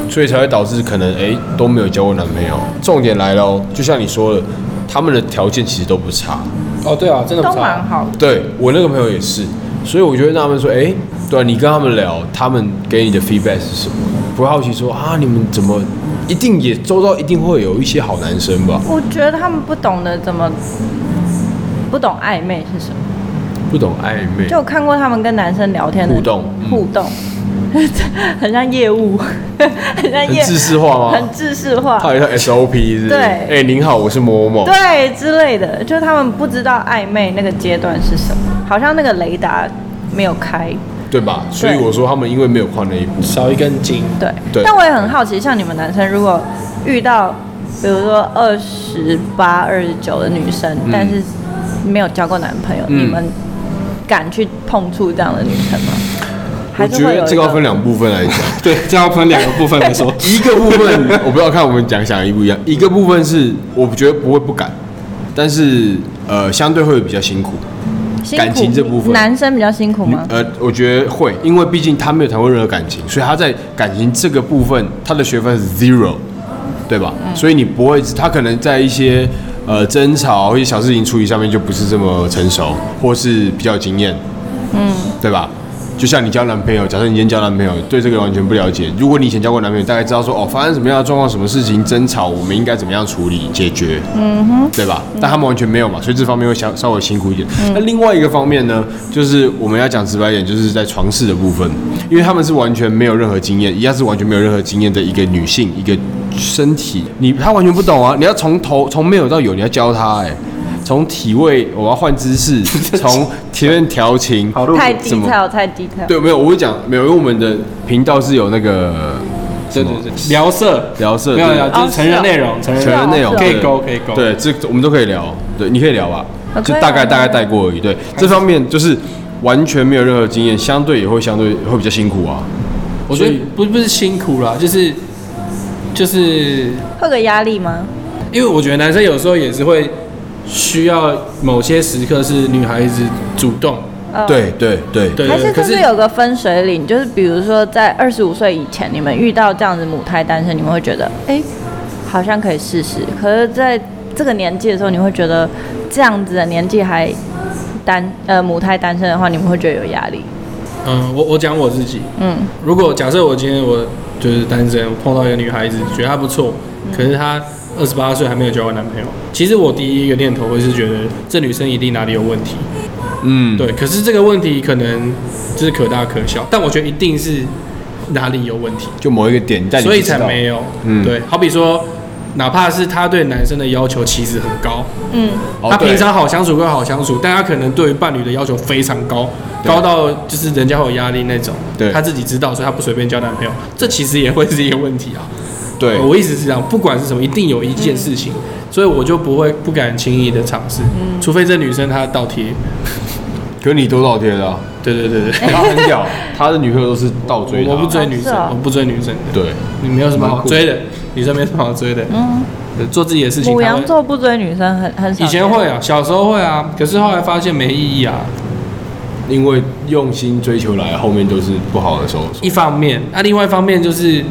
Speaker 1: 所以才会导致可能哎、诶都没有交过男朋友。重点来喽，就像你说的，他们的条件其实都不差，
Speaker 2: 哦，对啊，真的
Speaker 3: 都
Speaker 2: 不
Speaker 3: 蛮
Speaker 2: 差。
Speaker 3: 好的，
Speaker 1: 对我那个朋友也是，所以我觉得他们说，哎、对啊、你跟他们聊，他们给你的 feedback 是什么？不会好奇说啊，你们怎么一定也周遭一定会有一些好男生吧？
Speaker 3: 我觉得他们不懂得怎么。不懂暧昧是什么？
Speaker 1: 不懂暧昧，
Speaker 3: 就我看过他们跟男生聊天的
Speaker 1: 互动嗯
Speaker 3: 互动 很像业务， 很像
Speaker 1: 很
Speaker 3: 业，
Speaker 1: 自式化
Speaker 3: 很
Speaker 1: 吗？
Speaker 3: 制式化。
Speaker 1: 它有像 SOP 是不是？
Speaker 3: 对
Speaker 1: 哎、您好，我是某某某。
Speaker 3: 对之类的，就是他们不知道暧昧那个阶段是什么，好像那个雷达没有开。
Speaker 1: 对吧？所以我说他们因为没有跨那一步，
Speaker 2: 少一根筋，
Speaker 3: 对，
Speaker 1: 对
Speaker 3: 但我也很好奇，像你们男生如果遇到，比如说二十八、二十九的女生，但是没有交过男朋友，
Speaker 1: 嗯
Speaker 3: 你们敢去碰触这样的女生吗？
Speaker 1: 我
Speaker 3: 还
Speaker 1: 觉
Speaker 3: 是会有
Speaker 1: 得
Speaker 3: 一
Speaker 1: 这个要分两部分来讲。
Speaker 2: 对，这要分两个部分来说。
Speaker 1: 一个部分我不知道看我们讲想的一不一样，一个部分是我觉得不会不敢，但是呃相对会比较辛苦。
Speaker 3: 辛苦
Speaker 1: 感情这部分
Speaker 3: 男生比较辛苦吗？
Speaker 1: 呃，我觉得会，因为毕竟他没有谈过任何感情，所以他在感情这个部分，他的学分是 zero，对吧？所以你不会，他可能在一些呃争吵、一些小事情处理上面就不是这么成熟，或是比较有经验，嗯，对吧？就像你交男朋友，假设你今天交男朋友，对这个完全不了解。如果你以前交过男朋友，大概知道说哦，发生什么样的状况、什么事情争吵，我们应该怎么样处理解决，嗯嗯哼，对吧？但他们完全没有嘛，所以这方面会稍稍微辛苦一点。那另外一个方面呢，就是我们要讲直白一点，就是在床事的部分，因为他们是完全没有任何经验，一样是完全没有任何经验的一个女性，一个身体，你她完全不懂啊，你要从头从没有到有，你要教她哎、从体位，我要换姿 势，从体面调情，
Speaker 2: 好露
Speaker 3: 太
Speaker 1: 怎么
Speaker 3: detail，太 detail。
Speaker 1: 对，没有，我会讲，没有，因为我们的频道是有那个
Speaker 2: 对对对，聊色，
Speaker 1: 聊色，
Speaker 2: 没有
Speaker 1: 对
Speaker 2: 聊，
Speaker 3: 哦啊
Speaker 2: 就是成人内容，成人
Speaker 1: 成人内容
Speaker 3: 是哦
Speaker 2: 可以
Speaker 1: 对
Speaker 2: 勾，可以勾。
Speaker 1: 对，这我们都可以聊，对，你可以聊吧
Speaker 3: 啊，
Speaker 1: 就
Speaker 3: 可以啊
Speaker 1: 大概大概带过而已。对，这方面就是完全没有任何经验，相对也会相对会比较辛苦啊。
Speaker 2: 我觉
Speaker 1: 所
Speaker 2: 得
Speaker 1: 以
Speaker 2: 不不是辛苦啦，就是就是
Speaker 3: 会有个压力吗？
Speaker 2: 因为我觉得男生有时候也是会需要某些时刻是女孩子主动，
Speaker 3: 呃，
Speaker 1: 对对对
Speaker 2: 对
Speaker 3: 还是
Speaker 2: 可
Speaker 3: 就是是有个分水岭，就是比如说在二十五岁以前，你们遇到这样子母胎单身，你们会觉得，哎、好像可以试试。可是在这个年纪的时候，你会觉得这样子的年纪还单呃母胎单身的话，你们会觉得有压力。
Speaker 2: 嗯，我我讲我自己，
Speaker 3: 嗯，
Speaker 2: 如果假设我今天我就是单身，我碰到一个女孩子，觉得她不错，
Speaker 3: 嗯
Speaker 2: 可是她二十八岁还没有交过男朋友，其实我第一个念头会是觉得这女生一定哪里有问题，
Speaker 1: 嗯，
Speaker 2: 对，可是这个问题可能就是可大可小，但我觉得一定是哪里有问题，
Speaker 1: 就某一个点，但你
Speaker 2: 所以
Speaker 1: 不知
Speaker 2: 才
Speaker 1: 道
Speaker 2: 没有，
Speaker 1: 嗯
Speaker 2: 对，好比说。哪怕是她对男生的要求其实很高，
Speaker 3: 嗯，
Speaker 1: 哦
Speaker 2: 她
Speaker 1: 对
Speaker 2: 平常好相处归好相处，但她可能对于伴侣的要求非常高，
Speaker 1: 对
Speaker 2: 高到就是人家会有压力那种。
Speaker 1: 对
Speaker 2: 她自己知道，所以她不随便交男朋友，这其实也会是一个问题啊。
Speaker 1: 对
Speaker 2: 我意思是这样，不管是什么，一定有一件事情，所以我就不会不敢轻易的尝试，
Speaker 3: 嗯
Speaker 2: 除非这女生她倒贴。
Speaker 1: 可你都倒贴的、啊，
Speaker 2: 对对对对，
Speaker 1: 他很屌，他的女朋友都是倒追他。
Speaker 2: 我不追女
Speaker 3: 是
Speaker 2: 生
Speaker 3: 哎哦，
Speaker 2: 我不追女生的，
Speaker 1: 对，
Speaker 2: 你没有什么好
Speaker 1: 蛮酷
Speaker 2: 追的，女生没什么好追的，
Speaker 3: 嗯，
Speaker 2: 对做自己的事情。
Speaker 3: 母
Speaker 2: 她
Speaker 3: 羊
Speaker 2: 会
Speaker 3: 座不追女生很很少。
Speaker 2: 以前会，啊，小时候会啊，可是后来发现没意义啊。
Speaker 1: 因为用心追求来，后面都是不好的收
Speaker 2: 一
Speaker 1: 获。
Speaker 2: 方面，那、另外一方面就是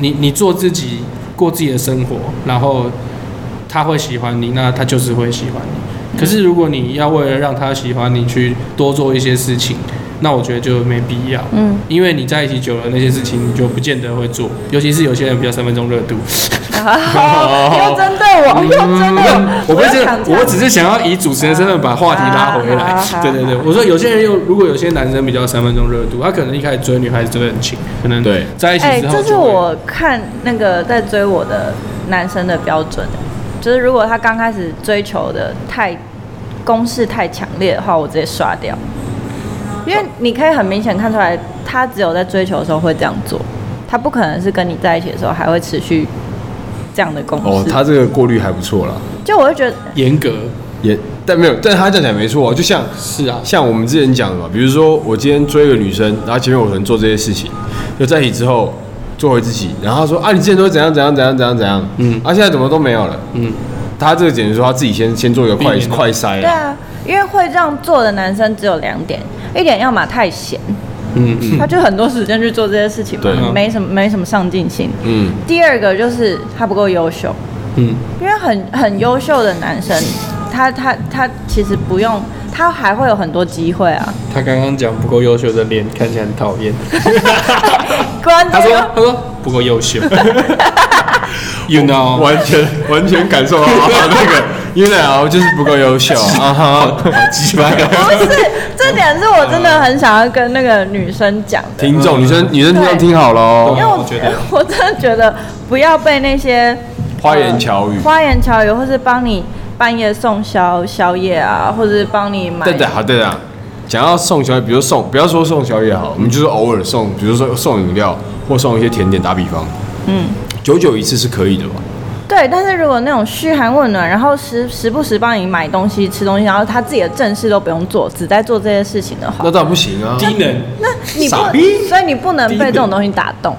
Speaker 2: 你你做自己，过自己的生活，然后他会喜欢你，那他就是会喜欢你。可是如果你要为了让他喜欢你去多做一些事情，那我觉得就没必要。
Speaker 3: 嗯，
Speaker 2: 因为你在一起久了，那些事情你就不见得会做，尤其是有些人比较三分钟热度。
Speaker 3: 啊又针对我， 又针对我，
Speaker 2: 嗯我不是
Speaker 3: 又想，
Speaker 2: 我只是想要以主持人身份把话题拉回来
Speaker 3: 啊好好。
Speaker 2: 对对对，我说有些人又如果有些男生比较三分钟热度，他可能一开始追女孩子追得很勤，可能
Speaker 1: 对
Speaker 2: 在一起
Speaker 3: 哎、
Speaker 2: 之后
Speaker 3: 这是
Speaker 2: 就会
Speaker 3: 我看那个在追我的男生的标准，就是如果他刚开始追求的太攻势太强烈的话，我直接刷掉，因为你可以很明显看出来，他只有在追求的时候会这样做，他不可能是跟你在一起的时候还会持续这样的攻势。
Speaker 1: 哦，他这个过滤还不错啦，
Speaker 3: 就我会觉得，
Speaker 2: 严格
Speaker 1: 也但没有，但他这样讲也没错、啊，就像
Speaker 2: 是啊，
Speaker 1: 像我们之前讲的嘛，比如说我今天追一个女生，然后前面我可能做这些事情，就在一起之后做回自己，然后她说啊，你之前都是怎样怎样怎样怎样怎样，
Speaker 2: 嗯
Speaker 1: 啊，现在怎么都没有了，
Speaker 2: 嗯，
Speaker 1: 他这个简直说他自己先先做一个快
Speaker 2: 避免了
Speaker 1: 快筛
Speaker 3: 对
Speaker 1: 啊，
Speaker 3: 啊，因为会这样做的男生只有两点，一点要么太闲，
Speaker 2: 嗯嗯，
Speaker 3: 他就很多时间去做这些事情嘛
Speaker 1: 对，
Speaker 3: 没什么没什么上进心。
Speaker 1: 嗯，
Speaker 3: 第二个就是他不够优秀，
Speaker 2: 嗯，
Speaker 3: 因为很很优秀的男生，他他他其实不用，他还会有很多机会啊。
Speaker 2: 他刚刚讲不够优秀的脸看起来很讨厌，
Speaker 3: 关
Speaker 2: 他
Speaker 3: 键
Speaker 2: 说他说不够优 秀，you know，
Speaker 1: 完全完全感受到啊那个， 因为啊，我就是不够优 秀啊哈，
Speaker 2: 鸡巴呀，
Speaker 3: 不是这点是我真的很想要跟那个女生讲的，
Speaker 1: 听众女生女生听众
Speaker 3: 对
Speaker 1: 听好哦喽
Speaker 3: 因为，我
Speaker 2: 我觉得
Speaker 3: 我真的觉得不要被那些
Speaker 1: 花言巧语
Speaker 3: 呃，花言巧语，或是帮你半夜送宵宵夜啊，或者是帮你买
Speaker 1: 对对好对啊。讲到送宵夜，比如送，不要说送宵夜好，我们就是偶尔送，比如说送饮料或送一些甜点，打比方，
Speaker 3: 嗯。
Speaker 1: 久久一次是可以的吧？
Speaker 3: 对，但是如果那种嘘寒问暖，然后时时不时帮你买东西、吃东西，然后他自己的正事都不用做，只在做这些事情的话
Speaker 1: 那，当然不行啊，
Speaker 2: 低能，
Speaker 3: 那你不
Speaker 1: 傻逼，
Speaker 3: 所以你不能被这种东西打动，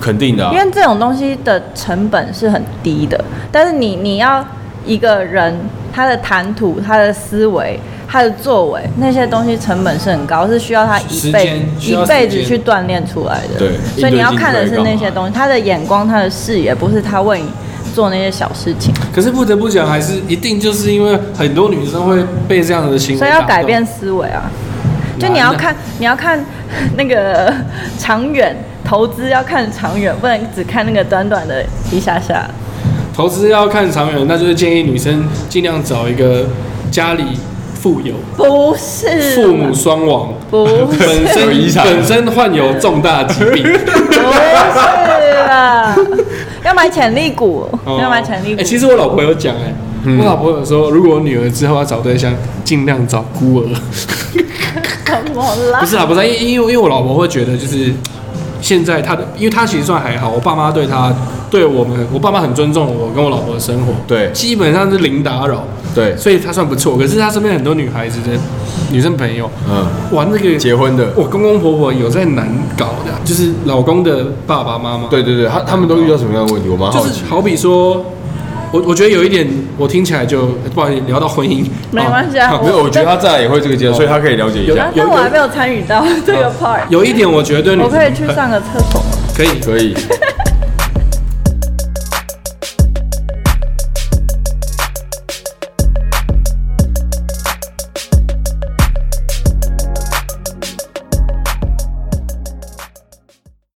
Speaker 1: 肯定的啊、
Speaker 3: 因为这种东西的成本是很低的。但是你你要一个人他的谈吐、他的思维、他的作为那些东西成本是很高，是需要他一
Speaker 2: 时
Speaker 3: 辈
Speaker 2: 间需
Speaker 3: 一
Speaker 2: 要时
Speaker 3: 辈子
Speaker 2: 间
Speaker 3: 去锻炼出来的。
Speaker 1: 对
Speaker 3: 所以你要
Speaker 1: 应对进
Speaker 3: 看的
Speaker 1: 退
Speaker 3: 是
Speaker 1: 干
Speaker 3: 那
Speaker 1: 嘛
Speaker 3: 些东西，他的眼光、他的视野，不是他为你做那些小事情。
Speaker 2: 可是不得不讲，还是一定就是因为很多女生会被这样的行为，
Speaker 3: 所以要改变，思维啊，就你要看你要看 那个长远投资，要看长远，不能只看那个短短的一下下。
Speaker 2: 投资要看长远，那就是建议女生尽量找一个家里富有、
Speaker 3: 不是
Speaker 2: 父母双亡。
Speaker 3: 不是
Speaker 2: 本身
Speaker 1: 有遗产
Speaker 2: 本身患有重大疾 病，
Speaker 3: 不是啊，要买潜力股，要买潜力
Speaker 2: 哎、
Speaker 3: 股。
Speaker 2: 其实我老婆有讲哎、
Speaker 1: 嗯
Speaker 2: 我老婆有说，如果我女儿之后要找对象，尽量找孤 儿。
Speaker 3: 什么啦
Speaker 2: 不？是啊，不是啊、因因为因为我老婆会觉得就是现在她的，因为她其实算还好，我爸妈对她对我们，我爸妈很尊重我跟我老婆的生活，
Speaker 1: 对
Speaker 2: 基本上是零打扰，
Speaker 1: 对，
Speaker 2: 所以她算不错。可是她身边很多女孩子的女生朋友，
Speaker 1: 嗯，
Speaker 2: 哇，那个
Speaker 1: 结婚的，
Speaker 2: 我公公婆婆有在难搞的，啊就是老公的爸爸妈妈，
Speaker 1: 对对对，他他们都遇到什么样的问题？我蛮
Speaker 2: 就
Speaker 1: 好
Speaker 2: 是
Speaker 1: 奇。
Speaker 2: 好比说，我我觉得有一点，我听起来就不好意思聊到婚姻，
Speaker 3: 没关系啊
Speaker 2: 好
Speaker 1: 没有，我觉得他再来也会这个阶段，所以他可以了解一
Speaker 2: 有哦
Speaker 1: 下
Speaker 3: 哦啊。但我还没有参与到这个 part，
Speaker 2: 有一点我觉得对女
Speaker 3: 我
Speaker 2: 生
Speaker 3: 可以去上个厕所。
Speaker 2: 可以
Speaker 1: 可以，